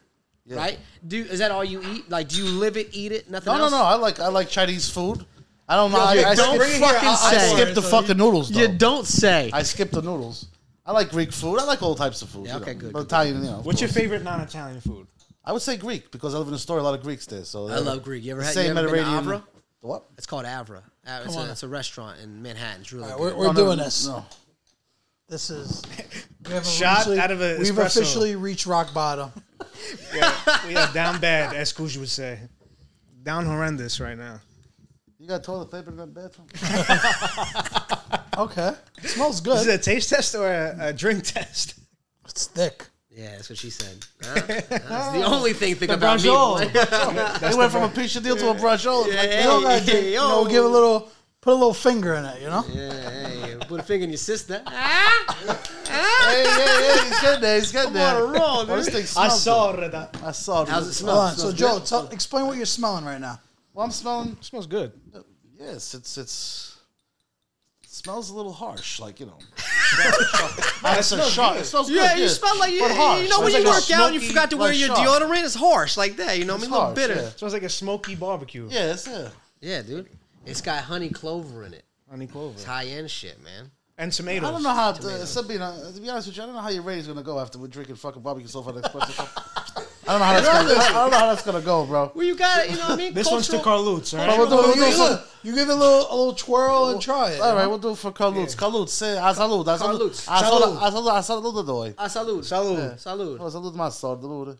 Speaker 1: right? Do is that all you eat? Like, do you live it, eat it, nothing
Speaker 4: No, no,
Speaker 1: else?
Speaker 4: no. I like I like Chinese food. I don't know.
Speaker 1: you
Speaker 4: I, I,
Speaker 1: don't
Speaker 4: skip,
Speaker 1: bring it here, fucking
Speaker 4: I, I
Speaker 1: say.
Speaker 4: skip the fucking noodles. Though.
Speaker 1: You don't say.
Speaker 4: I skip the noodles. I like Greek food. I like all types of food.
Speaker 1: Yeah,
Speaker 4: you
Speaker 1: okay,
Speaker 4: know.
Speaker 1: good,
Speaker 4: But
Speaker 1: good.
Speaker 4: Italian, you know. of
Speaker 3: What's your
Speaker 4: course.
Speaker 3: favorite non-Italian food?
Speaker 4: I would say Greek because I live in a store. A lot of Greeks there. So
Speaker 1: I love Greek. You ever had-
Speaker 4: same
Speaker 1: you ever been to
Speaker 4: Mediterranean-
Speaker 1: Avra?
Speaker 4: What?
Speaker 1: It's called Avra. Uh, It's
Speaker 2: on.
Speaker 1: a, it's a restaurant in Manhattan. It's really
Speaker 2: All right,
Speaker 1: good.
Speaker 2: we're we're
Speaker 4: Oh, no,
Speaker 2: doing this.
Speaker 4: No.
Speaker 2: This is we have
Speaker 3: Shot
Speaker 2: officially-
Speaker 3: out of a
Speaker 2: We've
Speaker 3: espresso.
Speaker 2: officially reached rock bottom.
Speaker 3: we are down bad, as Kuj would say. Down horrendous right now.
Speaker 4: You got toilet paper in that bathroom?
Speaker 2: Okay, it smells
Speaker 3: Is
Speaker 2: good.
Speaker 3: it a taste test or a, a drink test?
Speaker 2: It's thick.
Speaker 1: yeah, that's what she said. Huh? That's the only thing think about me.
Speaker 4: they went from a pizza deal to a brajol. Like,
Speaker 1: Hey,
Speaker 2: You don't gotta
Speaker 1: hey,
Speaker 2: dig- you know,
Speaker 1: yo.
Speaker 2: give a little, put a little finger in it. You know,
Speaker 1: Hey, put a finger in your sister. Ah,
Speaker 4: hey,
Speaker 1: ah.
Speaker 4: yeah, yeah, he's getting there. He's getting there.
Speaker 1: I'm on a roll,
Speaker 4: Oh, this
Speaker 1: dude.
Speaker 4: thing
Speaker 3: I
Speaker 4: smells
Speaker 3: saw
Speaker 4: good.
Speaker 3: it. It
Speaker 4: I saw it.
Speaker 1: How's it smell?
Speaker 2: Hold on. So
Speaker 1: smells
Speaker 2: Joe,
Speaker 1: good.
Speaker 2: tell, explain what you're smelling right now.
Speaker 4: Well, I'm smelling.
Speaker 3: smells good.
Speaker 4: Yes, it's it's. It smells a little harsh, like you know.
Speaker 2: Ah,
Speaker 4: That's a shock. It smells
Speaker 1: Yeah,
Speaker 4: good.
Speaker 1: you smell like you.
Speaker 4: But harsh.
Speaker 1: You know when
Speaker 4: It's
Speaker 1: you
Speaker 4: like a
Speaker 1: work out and you
Speaker 4: smoky,
Speaker 1: forgot to wear
Speaker 4: like
Speaker 1: your
Speaker 4: sharp.
Speaker 1: deodorant. It's harsh like that. You know, what I mean,
Speaker 4: It's
Speaker 1: a little
Speaker 4: harsh,
Speaker 1: bitter.
Speaker 4: yeah.
Speaker 3: Smells like a smoky barbecue.
Speaker 4: Yeah, it's yeah.
Speaker 1: Yeah. dude. It's got honey clover in it.
Speaker 3: Honey clover.
Speaker 1: It's high end shit, man.
Speaker 3: And tomatoes.
Speaker 4: I don't know how. To, something, uh, to be honest with you, I don't know how your rating's gonna go after we're drinking fucking barbecue sauce for the next question. I don't know how that's gonna. I don't know how that's gonna go, bro.
Speaker 1: Well, you got it. You know what I mean?
Speaker 3: This one's to
Speaker 1: Cultural-
Speaker 3: Carlutz, all right?
Speaker 4: But we'll do,
Speaker 2: You
Speaker 4: we'll
Speaker 2: give,
Speaker 4: do
Speaker 2: it
Speaker 4: some,
Speaker 2: a- you give it a little, a little twirl and try it.
Speaker 4: all right, we'll do it for Carlutz. Carlutz, say ah, salud. Salud.
Speaker 1: Carlutz.
Speaker 4: Salud. Salud. Salud. doy.
Speaker 1: Ah, salud.
Speaker 3: Salud.
Speaker 1: Salud.
Speaker 4: Oh, Salud, my salud.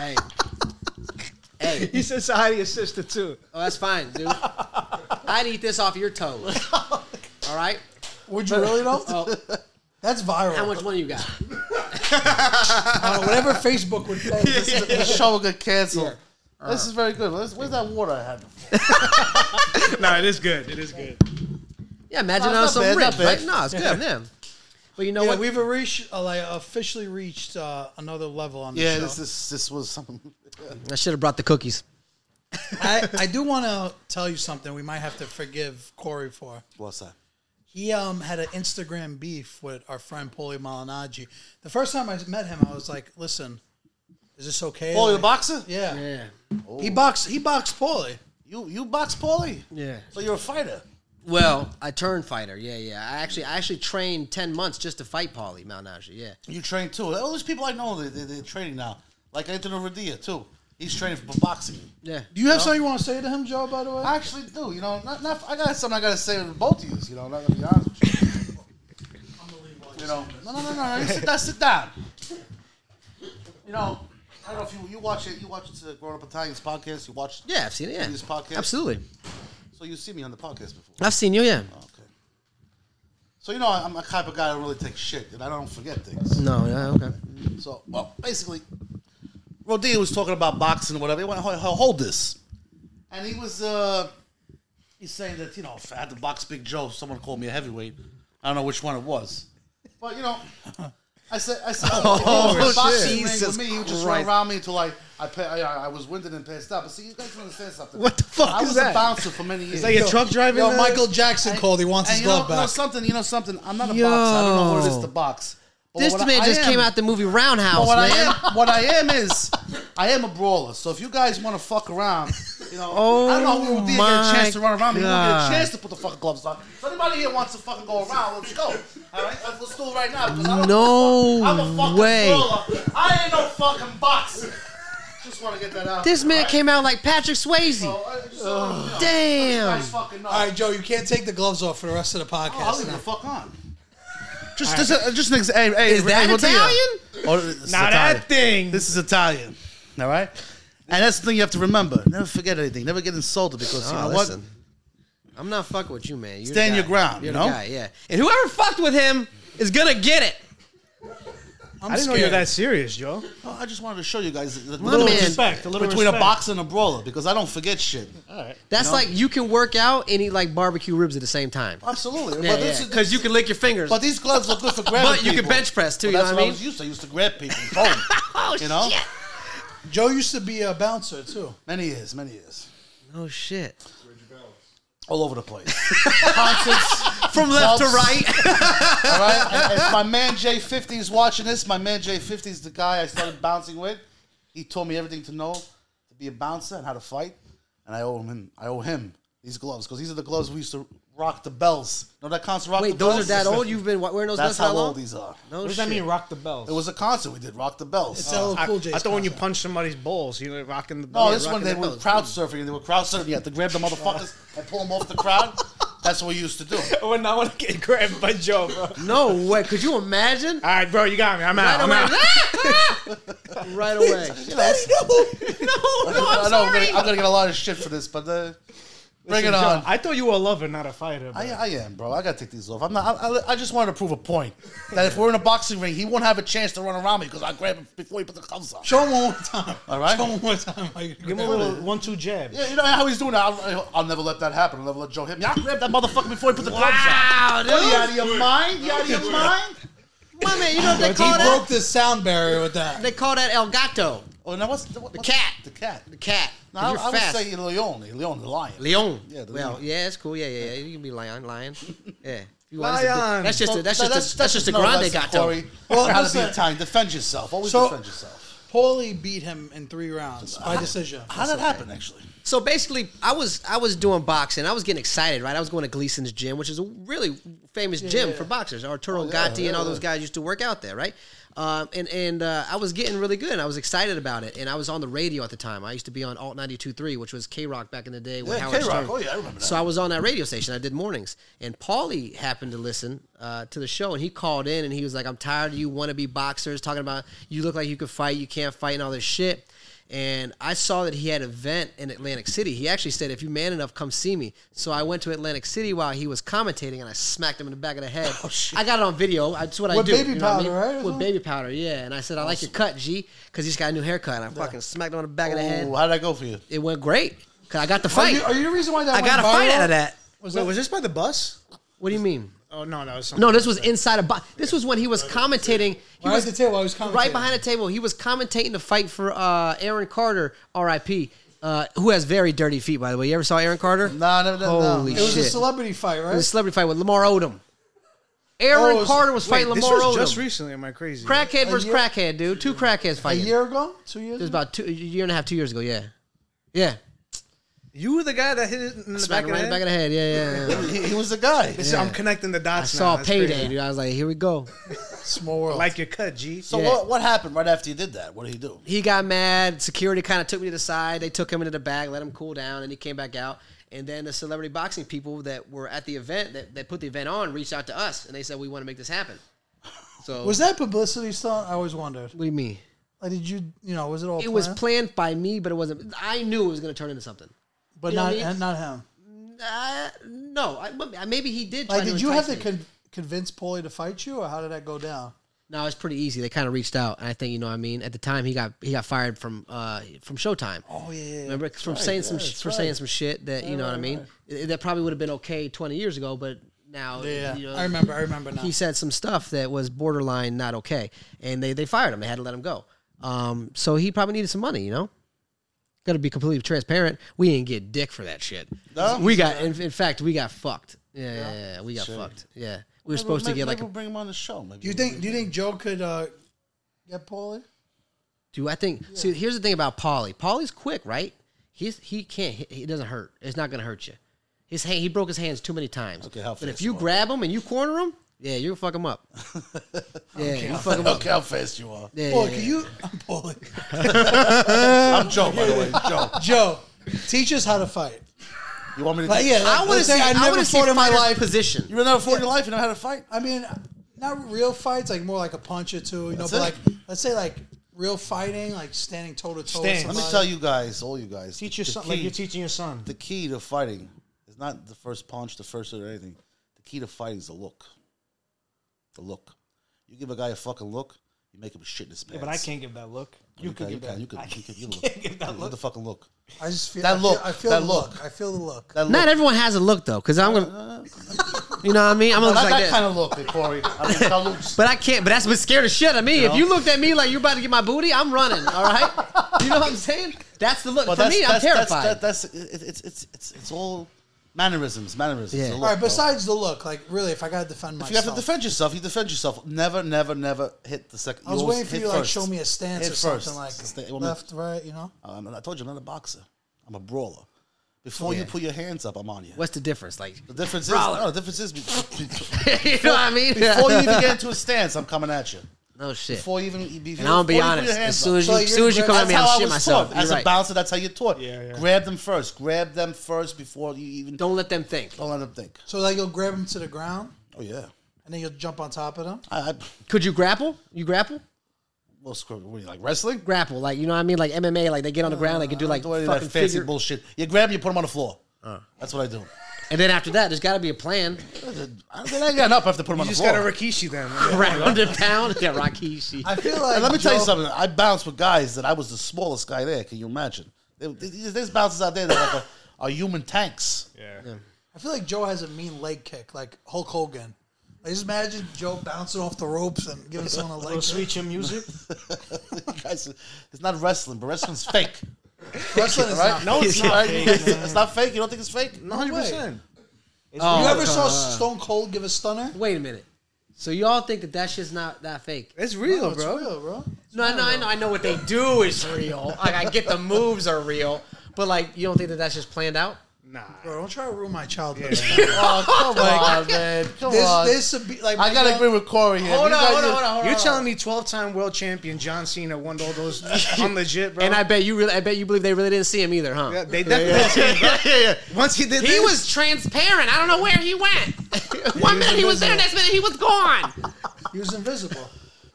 Speaker 1: Hey. Hey.
Speaker 3: He says hi to your sister, too.
Speaker 1: Oh, that's fine, dude. I'd eat this off your toes. All right?
Speaker 2: Would you really though?
Speaker 1: Oh,
Speaker 2: That's viral.
Speaker 1: how much money you got?
Speaker 2: Uh, whatever Facebook would pay. This is-
Speaker 4: The show will get canceled. This is very good. Where's, where's that water I had?
Speaker 3: no, it is good. It is good.
Speaker 1: Yeah, imagine
Speaker 4: No,
Speaker 1: on
Speaker 4: it's not
Speaker 1: some
Speaker 4: bad,
Speaker 1: ribs,
Speaker 4: not bad.
Speaker 1: right? No, it's good. Yeah. But you know
Speaker 2: yeah,
Speaker 1: what?
Speaker 2: we've reached, uh, like, officially reached uh, another level on this
Speaker 4: Yeah,
Speaker 2: show.
Speaker 4: this this this was something.
Speaker 1: I should have brought the cookies.
Speaker 2: I, I do want to tell you something we might have to forgive Corey for.
Speaker 4: What's that?
Speaker 2: He um, had an Instagram beef with our friend Polly Malignaggi. The first time I met him, I was like, listen, is this okay?
Speaker 4: Paulie the
Speaker 2: Like,
Speaker 4: boxer?
Speaker 2: Yeah.
Speaker 1: Yeah,
Speaker 2: He boxed, he boxed Paulie.
Speaker 4: You you box Paulie?
Speaker 1: yeah.
Speaker 4: So you're a fighter.
Speaker 1: Well, I turned fighter. Yeah, yeah. I actually, I actually trained ten months just to fight Paulie Malnaji. Yeah,
Speaker 4: You train too. All these people I know they, they, they're training now. Like Anthony Rodia too. He's training for boxing.
Speaker 1: yeah.
Speaker 2: Do you have something you want to say to him, Joe, by the way?
Speaker 4: I actually do. You know, not, not I got something I got to say to both of you. You know, I'm not gonna be honest with you. You know, no, no, no, no, no. You sit down, sit down. You know, I don't know if you you watch it. You watch the Grown Up Italians podcast. You watch
Speaker 1: Yeah, I've seen it. Yeah,
Speaker 4: This podcast?
Speaker 1: absolutely.
Speaker 4: So you see me on the podcast before.
Speaker 1: I've seen you. Yeah.
Speaker 4: Okay. So you know, I'm a type of guy that really takes shit, and I don't forget things.
Speaker 1: No, yeah, okay.
Speaker 4: So, well, basically, Rodia was talking about boxing or whatever. He went, "Ho- ho- hold this. And he was, uh, he's saying that, you know, if I had to box Big Joe, someone called me a heavyweight. I don't know which one it was. But, you know, I said, I said, oh,
Speaker 1: shit.
Speaker 4: boxing ring
Speaker 1: Jesus
Speaker 4: with me, you just
Speaker 1: Christ.
Speaker 4: run around me until I, I, pa- I, I was winded and passed out. But see, you guys don't understand something.
Speaker 3: What the fuck
Speaker 4: I
Speaker 3: is
Speaker 4: was
Speaker 3: that?
Speaker 4: a bouncer for many years.
Speaker 3: It's like a truck driving.
Speaker 2: Yo,
Speaker 3: uh,
Speaker 2: Michael Jackson called. He wants
Speaker 4: And
Speaker 2: his
Speaker 4: you know,
Speaker 2: glove
Speaker 4: you know
Speaker 2: back.
Speaker 4: something, you know something. I'm not a
Speaker 1: Yo.
Speaker 4: boxer. I don't know what it is to box. But
Speaker 1: This
Speaker 4: what
Speaker 1: man
Speaker 4: I
Speaker 1: just
Speaker 4: am-
Speaker 1: came out the movie Roundhouse,
Speaker 4: but what
Speaker 1: man.
Speaker 4: I am, what I am is, I am a brawler. So if you guys want to fuck around, you know,
Speaker 1: Oh
Speaker 4: I don't know who would be get
Speaker 1: my
Speaker 4: a chance to run around me. You won't get
Speaker 1: God.
Speaker 4: a chance to put the fucking gloves on. If anybody here wants to fucking go around, let's go. All right, let's, let's do it right now. Because I don't
Speaker 1: No
Speaker 4: I'm a fucking
Speaker 1: way.
Speaker 4: brawler. I ain't no fucking boxer. Just want to get that out.
Speaker 1: This
Speaker 4: there,
Speaker 1: man Oh.
Speaker 4: all right?
Speaker 1: came out like Patrick Swayze.
Speaker 4: So, uh, just so you know,
Speaker 1: Damn.
Speaker 4: guys fucking know.
Speaker 2: All right, Joe, you can't take the gloves off for the rest of the
Speaker 4: Oh, I'll
Speaker 2: podcast.
Speaker 4: leave
Speaker 2: now.
Speaker 4: the fuck on. Just, just, a, just an ex- hey, hey,
Speaker 1: Is that
Speaker 4: hey, Rodeo.
Speaker 1: Italian?
Speaker 4: Oh, this is
Speaker 3: Now
Speaker 4: Italian.
Speaker 3: that thing.
Speaker 4: This is Italian. All right? And that's the thing you have to remember. Never forget anything. Never get insulted because you
Speaker 1: Oh,
Speaker 4: know
Speaker 1: listen. I'm not fucking with you, man. You're the
Speaker 4: Stand
Speaker 1: guy.
Speaker 4: your ground,
Speaker 1: You're
Speaker 4: you
Speaker 1: the
Speaker 4: know?
Speaker 1: guy, yeah. And whoever fucked with him is gonna get it.
Speaker 2: I'm
Speaker 3: I didn't know
Speaker 2: scared.
Speaker 3: you were that serious, Joe.
Speaker 4: what? No, Oh, I just wanted to show you guys the
Speaker 1: My
Speaker 4: little
Speaker 1: man.
Speaker 3: Respect, a little
Speaker 4: between a
Speaker 3: respect.
Speaker 4: boxer and a brawler because I don't forget shit.
Speaker 1: That's like you can work out and eat like barbecue ribs at the same time.
Speaker 4: Absolutely.
Speaker 1: Yeah,
Speaker 4: but, this
Speaker 1: yeah.
Speaker 4: is-
Speaker 1: you can lick your fingers.
Speaker 4: but these gloves are good for grabbing
Speaker 1: But you can
Speaker 4: people.
Speaker 1: bench press, too,
Speaker 4: Well,
Speaker 1: you know
Speaker 4: that's
Speaker 1: what I
Speaker 4: I was used to. I used to grab people. Boom.
Speaker 1: oh
Speaker 4: you know?
Speaker 1: shit!
Speaker 2: Joe used to be a bouncer too.
Speaker 4: Many years, many years.
Speaker 1: Oh shit!
Speaker 4: All over the place. Concerts.
Speaker 1: From left to
Speaker 4: Clubs.
Speaker 1: right.
Speaker 4: All right. And if my man J50 is watching this, my man J50 is the guy I started bouncing with. He told me everything to know to be a bouncer and how to fight. And I owe him. I owe him these gloves because these are the gloves we used to rock the bells. Know that concert rock
Speaker 1: Wait,
Speaker 4: the
Speaker 1: those are
Speaker 4: bells?
Speaker 1: that old? You've been wa- wearing those
Speaker 4: That's
Speaker 1: gloves
Speaker 4: how
Speaker 1: that long?
Speaker 4: old these are.
Speaker 1: No Oh,
Speaker 3: What does
Speaker 1: shit.
Speaker 3: that mean? Rock the bells.
Speaker 4: It was a concert we did. Rock the bells.
Speaker 2: It's LL
Speaker 3: I,
Speaker 2: Cool
Speaker 3: I
Speaker 2: J's.
Speaker 3: thought when you
Speaker 2: concert.
Speaker 3: punch somebody's balls, you know, rocking the.
Speaker 4: no,
Speaker 3: yeah,
Speaker 4: this one
Speaker 3: rocking
Speaker 4: they
Speaker 3: the
Speaker 4: were
Speaker 3: bells.
Speaker 4: crowd surfing. and They were crowd surfing. You had to grab the motherfuckers and pull them off the crowd. That's what we used to do.
Speaker 3: I would not want to get grabbed by Joe, bro. All
Speaker 1: No way. Could you imagine?
Speaker 3: right, bro, you got me. I'm out.
Speaker 1: Right
Speaker 3: I'm
Speaker 1: away.
Speaker 3: out.
Speaker 1: right away.
Speaker 4: You know,
Speaker 1: No, no,
Speaker 4: I
Speaker 1: I'm
Speaker 4: know I'm
Speaker 1: sorry.
Speaker 4: gonna, I'm gonna get a lot of shit for this, but uh, bring it
Speaker 3: Joe,
Speaker 4: on.
Speaker 3: I thought you were a lover, not a fighter. Bro.
Speaker 4: I, I am, bro. I gotta take these off. I'm not. I, I, I just wanted to prove a point that if we're in a boxing ring, he won't have a chance to run around me because I grab him before he puts the gloves on.
Speaker 2: Show him one more time.
Speaker 4: All right.
Speaker 2: Show him one more time. how you
Speaker 3: Give him a little one-two jab.
Speaker 4: Yeah, you know how he's doing that. I'll, I'll never let that happen. I'll never let Joe hit me. I'll grab that motherfucker before he puts the
Speaker 1: Wow,
Speaker 4: gloves on. What, you out
Speaker 1: dude.
Speaker 4: of your mind? You out of your mind?
Speaker 1: My man, you know what they
Speaker 2: He
Speaker 1: call that?
Speaker 2: broke the sound barrier with that.
Speaker 1: They call that El Gato,
Speaker 4: Oh, now what's the, what, what's
Speaker 1: cat.
Speaker 4: The cat.
Speaker 1: the cat.
Speaker 4: No,
Speaker 1: 'cause
Speaker 4: I,
Speaker 1: you're
Speaker 4: I would
Speaker 1: fast.
Speaker 4: say Leon. Leon, the lion.
Speaker 1: Leon.
Speaker 4: Yeah, the
Speaker 1: well,
Speaker 4: lion.
Speaker 1: yeah, it's cool. Yeah, yeah, yeah. You can be lion, lion. Yeah. If you
Speaker 3: Lion.
Speaker 1: That's just a, that's
Speaker 4: So
Speaker 1: just a, that's just a
Speaker 4: no
Speaker 1: grande
Speaker 4: lesson,
Speaker 1: gato.
Speaker 4: Corey.
Speaker 2: Well,
Speaker 4: Well, how to be
Speaker 2: listen.
Speaker 4: Italian. Defend yourself. Always
Speaker 2: So-
Speaker 4: defend yourself.
Speaker 2: Paulie beat him in three rounds by decision.
Speaker 4: How did that happen, actually?
Speaker 1: So basically, I was I was doing boxing. I was getting excited, right? I was going to Gleason's gym, which is a really famous gym
Speaker 2: yeah.
Speaker 1: for boxers. Arturo
Speaker 4: Oh, yeah,
Speaker 1: Gatti and all
Speaker 4: yeah.
Speaker 1: those guys used to work out there, right? Um, and and uh, I was getting really good, and I was excited about it. And I was on the radio at the time. I used to be on Alt 92.3, which was K Rock back in the day. With
Speaker 4: Yeah,
Speaker 1: Howard
Speaker 4: K-Rock.
Speaker 1: Stern.
Speaker 4: Oh, yeah, I remember that.
Speaker 1: So I was on that radio station. I did mornings, and Paulie happened to listen uh, to the show, and he called in, and he was like, "I'm tired of you wannabe boxers talking about you look like you could fight, you can't fight, and all this shit." And I saw that he had an event in Atlantic City. He actually said, "If you man enough, come see me." So I went to Atlantic City while he was commentating, and I smacked him in the back of the head. I got it on video. That's what I
Speaker 2: Oh, With
Speaker 1: do.
Speaker 2: baby
Speaker 1: you know what I
Speaker 2: powder,
Speaker 1: mean?
Speaker 2: right, or
Speaker 1: With
Speaker 2: something?
Speaker 1: baby powder, yeah. And I said, "I like your cut, G," because he's got a new haircut. And I fucking smacked him on the back of the head.
Speaker 4: Oh, how did that go for you?
Speaker 1: It went great. Cause I got the
Speaker 2: Are
Speaker 1: fight.
Speaker 2: you, are you the reason why that
Speaker 1: I
Speaker 2: went
Speaker 1: got a fight
Speaker 2: viral?
Speaker 1: out of that.
Speaker 2: Was
Speaker 3: Wait,
Speaker 2: that
Speaker 3: was this by the bus?
Speaker 1: What do you mean?
Speaker 3: Oh no, that was something.
Speaker 1: No, this was inside a box. This was when he was commentating. He
Speaker 2: Right at
Speaker 1: was
Speaker 2: the table, I was commentating.
Speaker 1: right behind the table. He was commentating the fight for uh, Aaron Carter, R.I.P. Uh, who has very dirty feet, by the way. You ever saw Aaron Carter?
Speaker 4: No, no, no, no.
Speaker 1: Holy
Speaker 2: It was a
Speaker 1: shit.
Speaker 2: celebrity fight,
Speaker 1: It
Speaker 2: right?
Speaker 1: was a celebrity fight with Lamar Odom. Aaron
Speaker 2: Oh, it was-
Speaker 1: Carter was
Speaker 3: Wait,
Speaker 1: fighting
Speaker 3: this
Speaker 1: Lamar
Speaker 3: was
Speaker 1: Odom.
Speaker 3: just recently. Am I crazy?
Speaker 1: crackhead
Speaker 2: a
Speaker 1: versus
Speaker 2: year-
Speaker 1: crackhead, dude. Two crackheads
Speaker 2: a
Speaker 1: fighting.
Speaker 2: year ago, two years.
Speaker 1: It was
Speaker 2: ago?
Speaker 1: about two, a year and a half, two years ago. Yeah, yeah.
Speaker 3: You were the guy that hit it in the
Speaker 1: Smack
Speaker 3: back
Speaker 1: him
Speaker 3: of the
Speaker 1: right in
Speaker 3: head.
Speaker 1: the back of the head. Yeah, yeah. yeah.
Speaker 4: He, he was the guy.
Speaker 3: This- I'm connecting the
Speaker 1: I
Speaker 3: dots. now.
Speaker 1: saw
Speaker 3: That's
Speaker 1: payday,
Speaker 3: crazy.
Speaker 1: dude. I was like, here we go.
Speaker 2: Small world.
Speaker 3: Like your cut, G.
Speaker 4: So
Speaker 1: Yeah.
Speaker 4: what, what happened right after you did that? What did he do?
Speaker 1: he got mad. Security kind of took me to the side. They took him into the back, let him cool down, and he came back out. And then the celebrity boxing people that were at the event that, that put the event on reached out to us and they said we want to make this happen. So
Speaker 2: was that publicity stunt? I always wondered.
Speaker 1: what do you mean?
Speaker 2: Like, did you, you know, was it all?
Speaker 1: It was planned
Speaker 2: planned?
Speaker 1: by me, but it wasn't. I knew it was going to turn into something.
Speaker 2: but
Speaker 1: you know
Speaker 2: not
Speaker 1: what I mean?
Speaker 2: not him.
Speaker 1: Uh, no, I, but maybe he did. Try
Speaker 2: Like,
Speaker 1: to
Speaker 2: did you have to
Speaker 1: entice me.
Speaker 2: con- convince Paulie to fight you, or how did that go down?
Speaker 1: No, it's pretty easy. They kind of reached out, and I think you know. what I mean, at the time, he got he got fired from uh from Showtime.
Speaker 2: Oh yeah,
Speaker 1: Remember, from saying some sh- for saying some shit that you know what I mean. It- That probably would have been okay twenty years ago, but now
Speaker 2: yeah.
Speaker 1: you know,
Speaker 2: I remember. I remember now.
Speaker 1: He said some stuff that was borderline not okay, and they they fired him. They had to let him go. Um, so he probably needed some money, you know. Got to be completely transparent. We didn't get dick for that shit.
Speaker 4: No?
Speaker 1: we got. In, in fact, we got fucked. Yeah, yeah, yeah, we got fucked. Yeah, we were supposed
Speaker 4: maybe,
Speaker 1: to get like.
Speaker 4: maybe
Speaker 1: a-
Speaker 4: we'll bring him on the show. Maybe
Speaker 2: do you think? Do you think Joe could uh, get Paulie?
Speaker 1: Do I think? See, here's the thing about Paulie. Paulie's quick, right? He's he can't. He, he doesn't hurt. It's not gonna hurt you. His hand, he broke his hands too many times.
Speaker 4: Okay, how
Speaker 1: but if
Speaker 4: fast
Speaker 1: you
Speaker 4: you are.
Speaker 1: grab him and you corner him, yeah, you'll fuck him up. yeah, you fuck him up.
Speaker 4: Look how fast you are.
Speaker 1: Yeah,
Speaker 2: Paulie,
Speaker 1: yeah,
Speaker 2: can
Speaker 1: yeah.
Speaker 2: you? I'm Paulie.
Speaker 4: I'm Joe, by the way. Joe,
Speaker 2: Joe, teach us how to fight.
Speaker 4: you want me to?
Speaker 2: Like, yeah,
Speaker 1: I want to
Speaker 2: let's
Speaker 1: see.
Speaker 2: say
Speaker 1: I,
Speaker 2: I
Speaker 1: want
Speaker 2: never
Speaker 1: to see
Speaker 2: fought in my
Speaker 1: fighters'
Speaker 2: life.
Speaker 1: position.
Speaker 4: You were never fought in your life. You know how to fight.
Speaker 2: I mean, not real fights, like more like a punch or two, you know.
Speaker 4: That's
Speaker 2: But
Speaker 4: it.
Speaker 2: like, let's say like real fighting, like standing toe to toe.
Speaker 3: Stand.
Speaker 4: Let me tell you guys, all you guys,
Speaker 3: Teach your
Speaker 4: the
Speaker 3: son like
Speaker 4: key-
Speaker 3: you're teaching your son.
Speaker 4: the key to fighting is not the first punch, the first hit, or anything. The key to fighting is the look. The look. You give a guy a fucking look, you make him shit in his pants.
Speaker 3: But I can't give that look. You
Speaker 4: can,
Speaker 3: could give
Speaker 4: you
Speaker 3: that.
Speaker 4: Can, you can.
Speaker 3: I
Speaker 4: You can. You look.
Speaker 3: can't give that
Speaker 4: Look at the
Speaker 3: look.
Speaker 4: fucking look.
Speaker 2: I just feel
Speaker 4: That
Speaker 2: I feel-
Speaker 4: look,
Speaker 2: I feel
Speaker 4: that
Speaker 2: the
Speaker 4: look.
Speaker 2: I feel the look.
Speaker 4: That
Speaker 1: Not
Speaker 4: look.
Speaker 1: everyone has a look though, because I'm gonna. You know what I mean? I'm gonna look
Speaker 4: Not
Speaker 1: like
Speaker 4: that
Speaker 1: that.
Speaker 4: kind of look, Corey. I mean, that looks.
Speaker 1: But I can't. But that's what scared the shit out of me. If
Speaker 4: know?
Speaker 1: you looked at me like you're about to get my booty, I'm running. All right. you know what I'm saying? That's the look.
Speaker 4: But
Speaker 1: For me, I'm
Speaker 4: that's-
Speaker 1: terrified.
Speaker 4: That's, that's, it- it's, it's, it's, it's all mannerisms, mannerisms.
Speaker 1: Yeah.
Speaker 4: The look,
Speaker 2: All right.
Speaker 4: bro.
Speaker 2: Besides the look, like really, if I gotta defend
Speaker 4: If
Speaker 2: myself,
Speaker 4: you have to defend yourself, you defend yourself. Never, never, never hit the second.
Speaker 2: I was
Speaker 4: always
Speaker 2: waiting for
Speaker 4: hit
Speaker 2: you to like
Speaker 4: first.
Speaker 2: show me a stance
Speaker 4: Hit
Speaker 2: or something
Speaker 4: first.
Speaker 2: like
Speaker 4: Sta- well,
Speaker 2: left, right, you know.
Speaker 4: Um, I told you I'm not a boxer. I'm a brawler. Before you
Speaker 1: yeah.
Speaker 4: put your hands up, I'm on you.
Speaker 1: What's the difference? Like,
Speaker 4: The difference
Speaker 1: Brawler.
Speaker 4: is, no, the difference is, be- be-
Speaker 1: you know what I mean?
Speaker 4: before you even get into a stance, I'm coming at you.
Speaker 1: no shit.
Speaker 4: Before you even, be- before
Speaker 1: and I'm gonna
Speaker 4: you
Speaker 1: be
Speaker 4: put
Speaker 1: honest.
Speaker 4: your hands
Speaker 1: As soon
Speaker 4: up.
Speaker 1: as
Speaker 2: So
Speaker 1: you, as
Speaker 2: you're
Speaker 1: soon as you come at
Speaker 4: That's
Speaker 1: me, I'm
Speaker 4: how I
Speaker 1: gonna shit
Speaker 4: was
Speaker 1: myself.
Speaker 4: taught. As
Speaker 1: You're
Speaker 4: a
Speaker 1: right.
Speaker 4: bouncer, that's how you're taught.
Speaker 3: Yeah, yeah.
Speaker 4: Grab them first. Grab them first before you even. Don't,
Speaker 1: Don't let them think.
Speaker 4: let them think.
Speaker 2: So like you'll grab him to the ground
Speaker 4: Oh yeah.
Speaker 2: and then you'll jump on top of him.
Speaker 4: I, I
Speaker 1: Could you grapple? You grapple?
Speaker 4: well, screw. it. What are you like wrestling?
Speaker 1: Grapple, like you know what I mean? Like MMA, like they get on the ground, they can do like
Speaker 4: Don't do any of
Speaker 1: fucking
Speaker 4: that fancy
Speaker 1: figure.
Speaker 4: bullshit. You grab 'em, you put them on the floor. That's what I do.
Speaker 1: And then after that, there's got to be a plan.
Speaker 4: I don't think I got up. I have to put them on
Speaker 3: You just
Speaker 4: the floor.
Speaker 3: got a Rikishi then.
Speaker 1: Right, hundred pound, yeah, Rakishi.
Speaker 2: I feel
Speaker 4: And
Speaker 2: like
Speaker 4: let me tell you
Speaker 2: Joe-
Speaker 4: something. I bounced with guys that I was the smallest guy there. Can you imagine? There- There's there's bouncers out there that are like a, are human tanks.
Speaker 3: Yeah.
Speaker 2: I feel like Joe has a mean leg kick, like Hulk Hogan. I just imagine Joe bouncing off the ropes and giving someone a
Speaker 3: Little
Speaker 2: leg kick.
Speaker 3: sweet chin music.
Speaker 4: guys, it's not wrestling, but wrestling's fake,
Speaker 2: Wrestling is not.
Speaker 4: right? No, it's not.
Speaker 3: fake,
Speaker 4: it's, it's not fake. You don't think it's fake?
Speaker 3: One hundred percent.
Speaker 2: You
Speaker 1: Oh,
Speaker 2: ever saw Stone Cold give a stunner?
Speaker 1: Wait a minute. So y'all think that that shit's not that fake?
Speaker 3: It's real,
Speaker 2: It's
Speaker 3: bro.
Speaker 2: real, bro.
Speaker 1: No, no, I know, I know what they do is real. Like I get the moves are real, but like you don't think that that's just planned out?
Speaker 3: Nah.
Speaker 2: Bro, don't try to ruin my childhood.
Speaker 4: Oh come on, man! Come on.
Speaker 2: This, this would be like
Speaker 4: I gotta
Speaker 2: my-
Speaker 4: agree with Corey here.
Speaker 1: Hold
Speaker 4: You
Speaker 1: on,
Speaker 4: guys-
Speaker 1: hold on, hold on, hold
Speaker 3: You're
Speaker 1: on.
Speaker 3: telling me 12-time world champion John Cena won all those? I'm legit, bro.
Speaker 1: And I bet you really, I bet you believe they really didn't see him either, huh?
Speaker 3: Yeah, they definitely.
Speaker 4: yeah, yeah, yeah.
Speaker 3: Once he did,
Speaker 1: He
Speaker 3: this,
Speaker 1: was transparent. I don't know where he went. One minute he was there, next minute he was gone.
Speaker 2: He was invisible.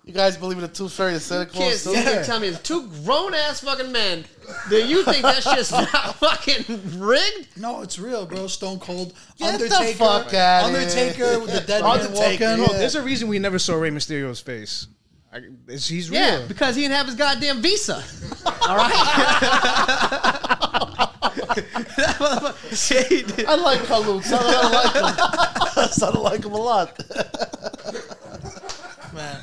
Speaker 4: You guys believe in the Tooth Fairy and Santa Claus?
Speaker 1: Kids,
Speaker 4: too?
Speaker 1: you can tell me it's two grown ass fucking men. Do you think that shit's not fucking rigged?
Speaker 2: No, it's real, bro. Stone Cold.
Speaker 4: Get the
Speaker 2: Undertaker.
Speaker 4: fuck outta
Speaker 2: Undertaker
Speaker 4: here.
Speaker 2: with the dead
Speaker 4: Undertaker,
Speaker 2: man
Speaker 3: Bro,
Speaker 2: walking.
Speaker 4: yeah.
Speaker 3: there's a reason we never saw Rey Mysterio's face. I, it's, he's real.
Speaker 1: Yeah, because he didn't have his goddamn visa. All right.
Speaker 3: Shade.
Speaker 4: I like Khalid. Son. I like him. Son, I like him a lot.
Speaker 2: man.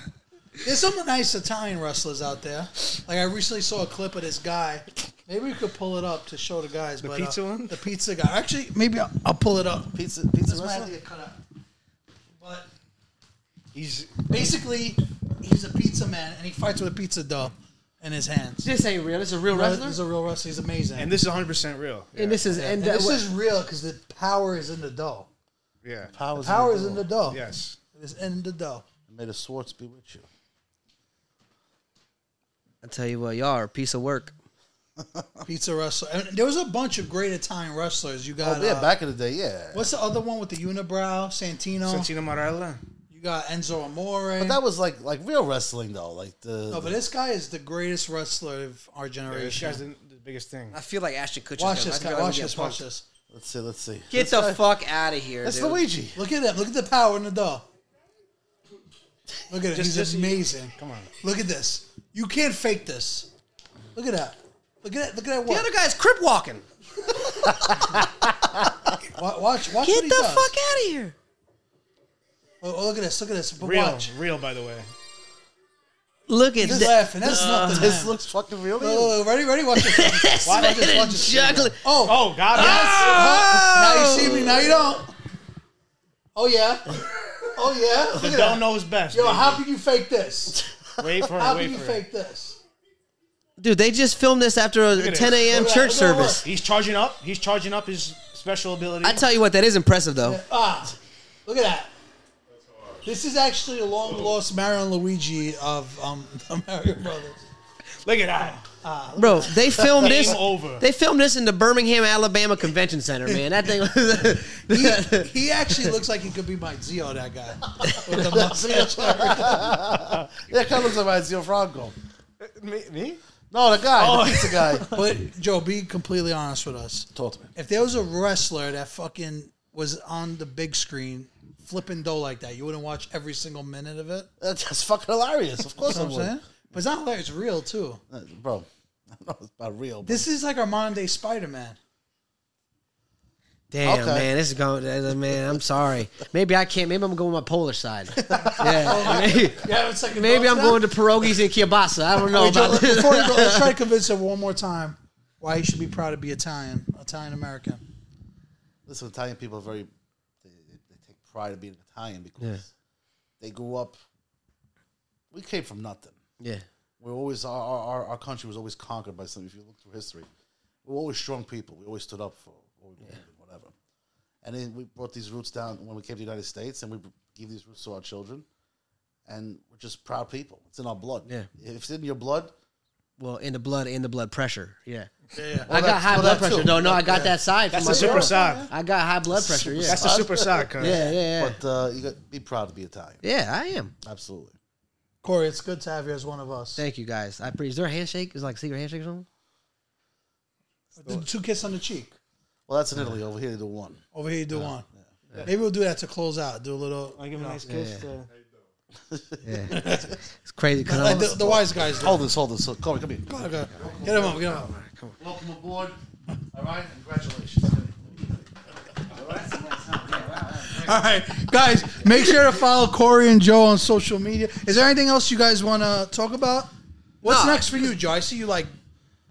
Speaker 2: There's some nice Italian wrestlers out there. Like I recently saw a clip of this guy. Maybe we could pull it up to show the guys. The
Speaker 3: pizza one?
Speaker 2: The pizza guy. Actually, maybe I'll, I'll pull it up.
Speaker 4: Pizza, pizza
Speaker 2: This might have to
Speaker 4: wrestler.
Speaker 2: get cut out. But
Speaker 3: He's
Speaker 2: basically, he's a pizza man and he fights with a pizza dough in his hands.
Speaker 1: This ain't real. This is a real wrestler.
Speaker 2: He's a real wrestler. He's amazing.
Speaker 3: and this is 100 percent real. Yeah.
Speaker 1: and this is and,
Speaker 2: And
Speaker 1: that-
Speaker 2: this
Speaker 1: what-
Speaker 2: is real because the power is in the dough.
Speaker 3: yeah.
Speaker 4: Powers
Speaker 2: Power is in the dough.
Speaker 3: Yes.
Speaker 2: It's in the dough.
Speaker 4: May the Swartz be with you.
Speaker 1: I tell you what, y'all are a piece of work.
Speaker 2: Pizza wrestler. And there was a bunch of great Italian wrestlers. You got
Speaker 4: Oh, yeah,
Speaker 2: uh,
Speaker 4: back in the day, yeah.
Speaker 2: What's the other one with the unibrow? Santino.
Speaker 3: Santino Marella.
Speaker 2: You got Enzo Amore.
Speaker 4: But that was like like real wrestling though, like the.
Speaker 2: no, but this guy is the greatest wrestler of our
Speaker 3: This
Speaker 2: generation.
Speaker 3: guy's the, the biggest thing.
Speaker 1: I feel like Ashton Kutcher.
Speaker 2: watch this guy. Watch this. Watch this.
Speaker 4: let's see, let's see.
Speaker 1: Get the fuck out of here,
Speaker 4: That's
Speaker 1: dude.
Speaker 4: Luigi.
Speaker 2: Look at him. Look at the power in the dough. Look at him. He's
Speaker 3: just-
Speaker 2: amazing.
Speaker 3: Come on.
Speaker 2: Look at this. You can't fake this. Look at that. Look at that. Look at that.
Speaker 1: The
Speaker 2: Walk.
Speaker 1: other guy's crip walking.
Speaker 2: Wa- Watch. Watch
Speaker 1: Get
Speaker 2: what
Speaker 1: the
Speaker 2: he
Speaker 1: fuck
Speaker 2: does.
Speaker 1: out of here.
Speaker 2: Oh, oh, look at this. Look at this. But
Speaker 3: Real,
Speaker 2: watch.
Speaker 3: real. By the way,
Speaker 1: Look at
Speaker 2: He's
Speaker 1: that.
Speaker 2: laughing. That's
Speaker 1: Uh,
Speaker 2: nothing.
Speaker 4: This
Speaker 2: man. Oh.
Speaker 4: looks fucking real.
Speaker 2: Look, look, look. Ready? Ready? Watch this.
Speaker 1: This
Speaker 2: Watch this,
Speaker 1: man
Speaker 2: watch
Speaker 1: is
Speaker 2: this.
Speaker 1: juggling.
Speaker 2: Oh.
Speaker 3: oh God,
Speaker 2: Now you see me. Now you don't. Oh yeah. Oh yeah. Look
Speaker 3: the
Speaker 2: at
Speaker 3: don't
Speaker 2: that.
Speaker 3: knows best.
Speaker 2: Yo,
Speaker 3: baby.
Speaker 2: how can you fake this?
Speaker 3: wait for
Speaker 2: How
Speaker 3: it,
Speaker 2: can
Speaker 3: wait
Speaker 2: you
Speaker 3: for it.
Speaker 2: fake this?
Speaker 1: Dude, they just filmed this after a
Speaker 3: at
Speaker 1: 10
Speaker 3: this.
Speaker 1: a.m.
Speaker 2: Look
Speaker 1: church
Speaker 2: at that. Look at that
Speaker 1: service.
Speaker 3: He's charging up. He's charging up his special ability.
Speaker 1: I tell you what, that is impressive though.
Speaker 2: Ah, look at that. This is actually a long lost Mario and Luigi of um, the Mario Brothers.
Speaker 3: Look at that.
Speaker 1: Bro, they filmed this.
Speaker 3: Game over.
Speaker 1: They filmed this in the Birmingham, Alabama Convention Center, man. That thing
Speaker 2: He,
Speaker 1: was.
Speaker 2: he actually looks like he could be my Zio, that guy. With the mustache.
Speaker 4: Yeah, kind of looks like Ezio Franco.
Speaker 3: Me? me?
Speaker 4: No, the guy,
Speaker 3: Oh.
Speaker 4: the pizza guy.
Speaker 2: But Joe, be completely honest with us.
Speaker 4: Talk to me.
Speaker 2: If there was a wrestler that fucking was on the big screen flipping dough like that, you wouldn't watch every single minute of it.
Speaker 4: That's just fucking hilarious. Of course
Speaker 2: You
Speaker 4: I
Speaker 2: know what I'm
Speaker 4: would,
Speaker 2: saying? But it's not hilarious. It's real too.
Speaker 4: Uh, bro. I don't know it's about real. But
Speaker 2: This is like our modern day Spider Man.
Speaker 1: Damn,
Speaker 4: Okay.
Speaker 1: man, this is going. uh, Man, I'm sorry. Maybe I can't. Maybe I'm going with my polar side. Yeah. Maybe,
Speaker 2: Yeah, it's like
Speaker 1: maybe I'm going to pierogies and kielbasa. I don't know
Speaker 2: Wait, Joe,
Speaker 1: about this.
Speaker 2: before you go, let's try to convince him one more time why he should be proud to be Italian, Italian American.
Speaker 4: listen, Italian people are very they, they take pride in being Italian because
Speaker 1: Yeah.
Speaker 4: they grew up. We came from nothing.
Speaker 1: Yeah.
Speaker 4: We're always our, our our- our country was always conquered by something. If you look through history, we were always strong people. We always stood up for what we believed in, whatever. And then we brought these roots down when we came to the United States, and we give these roots to our children. And we're just proud people. It's in our blood.
Speaker 1: Yeah.
Speaker 4: If it's in your blood,
Speaker 1: Well, in the blood, in the blood pressure. Yeah.
Speaker 2: Yeah,
Speaker 1: I got
Speaker 4: that's-
Speaker 1: high
Speaker 4: well,
Speaker 1: blood
Speaker 4: that
Speaker 1: pressure.
Speaker 4: too.
Speaker 1: No, no, I got that side.
Speaker 3: That's
Speaker 1: from my
Speaker 3: the super
Speaker 1: girl.
Speaker 3: side.
Speaker 1: I got high blood pressure. Yeah.
Speaker 3: That's the super side. cuz.
Speaker 1: yeah, yeah, yeah.
Speaker 4: but uh, you got be proud to be Italian.
Speaker 1: yeah, I am.
Speaker 4: Absolutely.
Speaker 2: Corey, it's good to have you as one of us.
Speaker 1: Thank you guys. I appreciate. Is there a handshake? Is it like a secret handshake or something?
Speaker 2: The two kiss on the cheek.
Speaker 4: Well, that's in Italy. Over here, they do one.
Speaker 2: Over here, you do one. Maybe we'll do that to close out. Do a little.
Speaker 3: I give him a nice kiss.
Speaker 1: Yeah.
Speaker 3: to-
Speaker 1: Yeah. it's crazy. 'cause
Speaker 2: Like
Speaker 1: I'm-
Speaker 2: the, the wise guys. Do.
Speaker 4: Hold this, hold this. Corey, come here.
Speaker 2: Okay. Get him up. Get him up.
Speaker 4: Welcome aboard. All right, congratulations.
Speaker 2: All right, guys, make sure to follow Corey and Joe on social media. Is there anything else you guys want to talk about? What's
Speaker 1: No.
Speaker 2: next for you, Joe? I see you like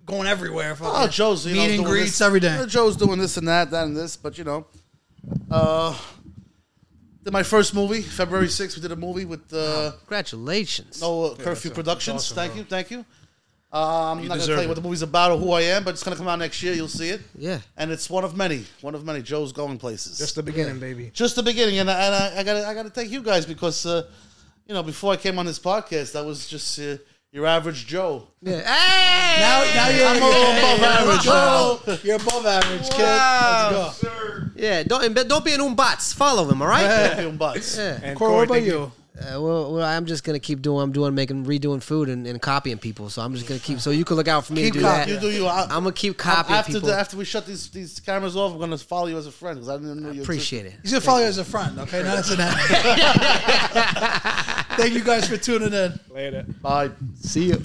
Speaker 2: going everywhere. fucking
Speaker 4: Oh, Joe's you know,
Speaker 2: meet and
Speaker 4: doing
Speaker 2: greets
Speaker 4: this-
Speaker 2: every day.
Speaker 4: you know, Joe's doing this and that, that and this, but you know, uh, did my first movie February 6th. We did a movie with
Speaker 3: Ah.
Speaker 4: uh,
Speaker 1: Congratulations.
Speaker 4: No Curfew Productions.
Speaker 3: awesome,
Speaker 4: thank you, thank you. Um, I'm not gonna
Speaker 3: deserve
Speaker 4: tell you
Speaker 3: it.
Speaker 4: what the movie's about or who I am, but it's gonna come out next year. You'll see it.
Speaker 1: Yeah.
Speaker 4: and it's one of many, one of many. Joe's going places.
Speaker 3: Just the beginning, baby.
Speaker 4: just the beginning, and I, and I, I gotta I gotta thank you guys because uh, you know before I came on this podcast, I was just uh, your average Joe.
Speaker 1: Yeah. Hey!
Speaker 2: now, now you're
Speaker 4: I'm a little above average now.
Speaker 2: Whoa, You're above average, kid.
Speaker 1: Wow.
Speaker 2: Let's go.
Speaker 1: yeah. Don't and but don't be an umbots. Follow him. All right.
Speaker 4: Perfume butts.
Speaker 1: Yeah.
Speaker 3: And
Speaker 2: Corey, what about
Speaker 3: thank
Speaker 2: you?
Speaker 1: Uh, well, well, I'm just gonna keep doing. I'm doing making redoing food and, and copying people. So I'm just gonna keep. So you can look out for me
Speaker 4: Keep
Speaker 1: to do
Speaker 4: copy-
Speaker 1: that.
Speaker 4: you do you. I-
Speaker 1: I'm gonna keep copying
Speaker 4: after
Speaker 1: people.
Speaker 4: the, after we shut these these cameras off, I'm gonna follow you as a friend because I didn't know you.
Speaker 1: Appreciate it.
Speaker 2: He's gonna follow you as a friend, okay? Now that's an end. Thank you guys for tuning in.
Speaker 3: Later.
Speaker 4: Bye.
Speaker 1: See you.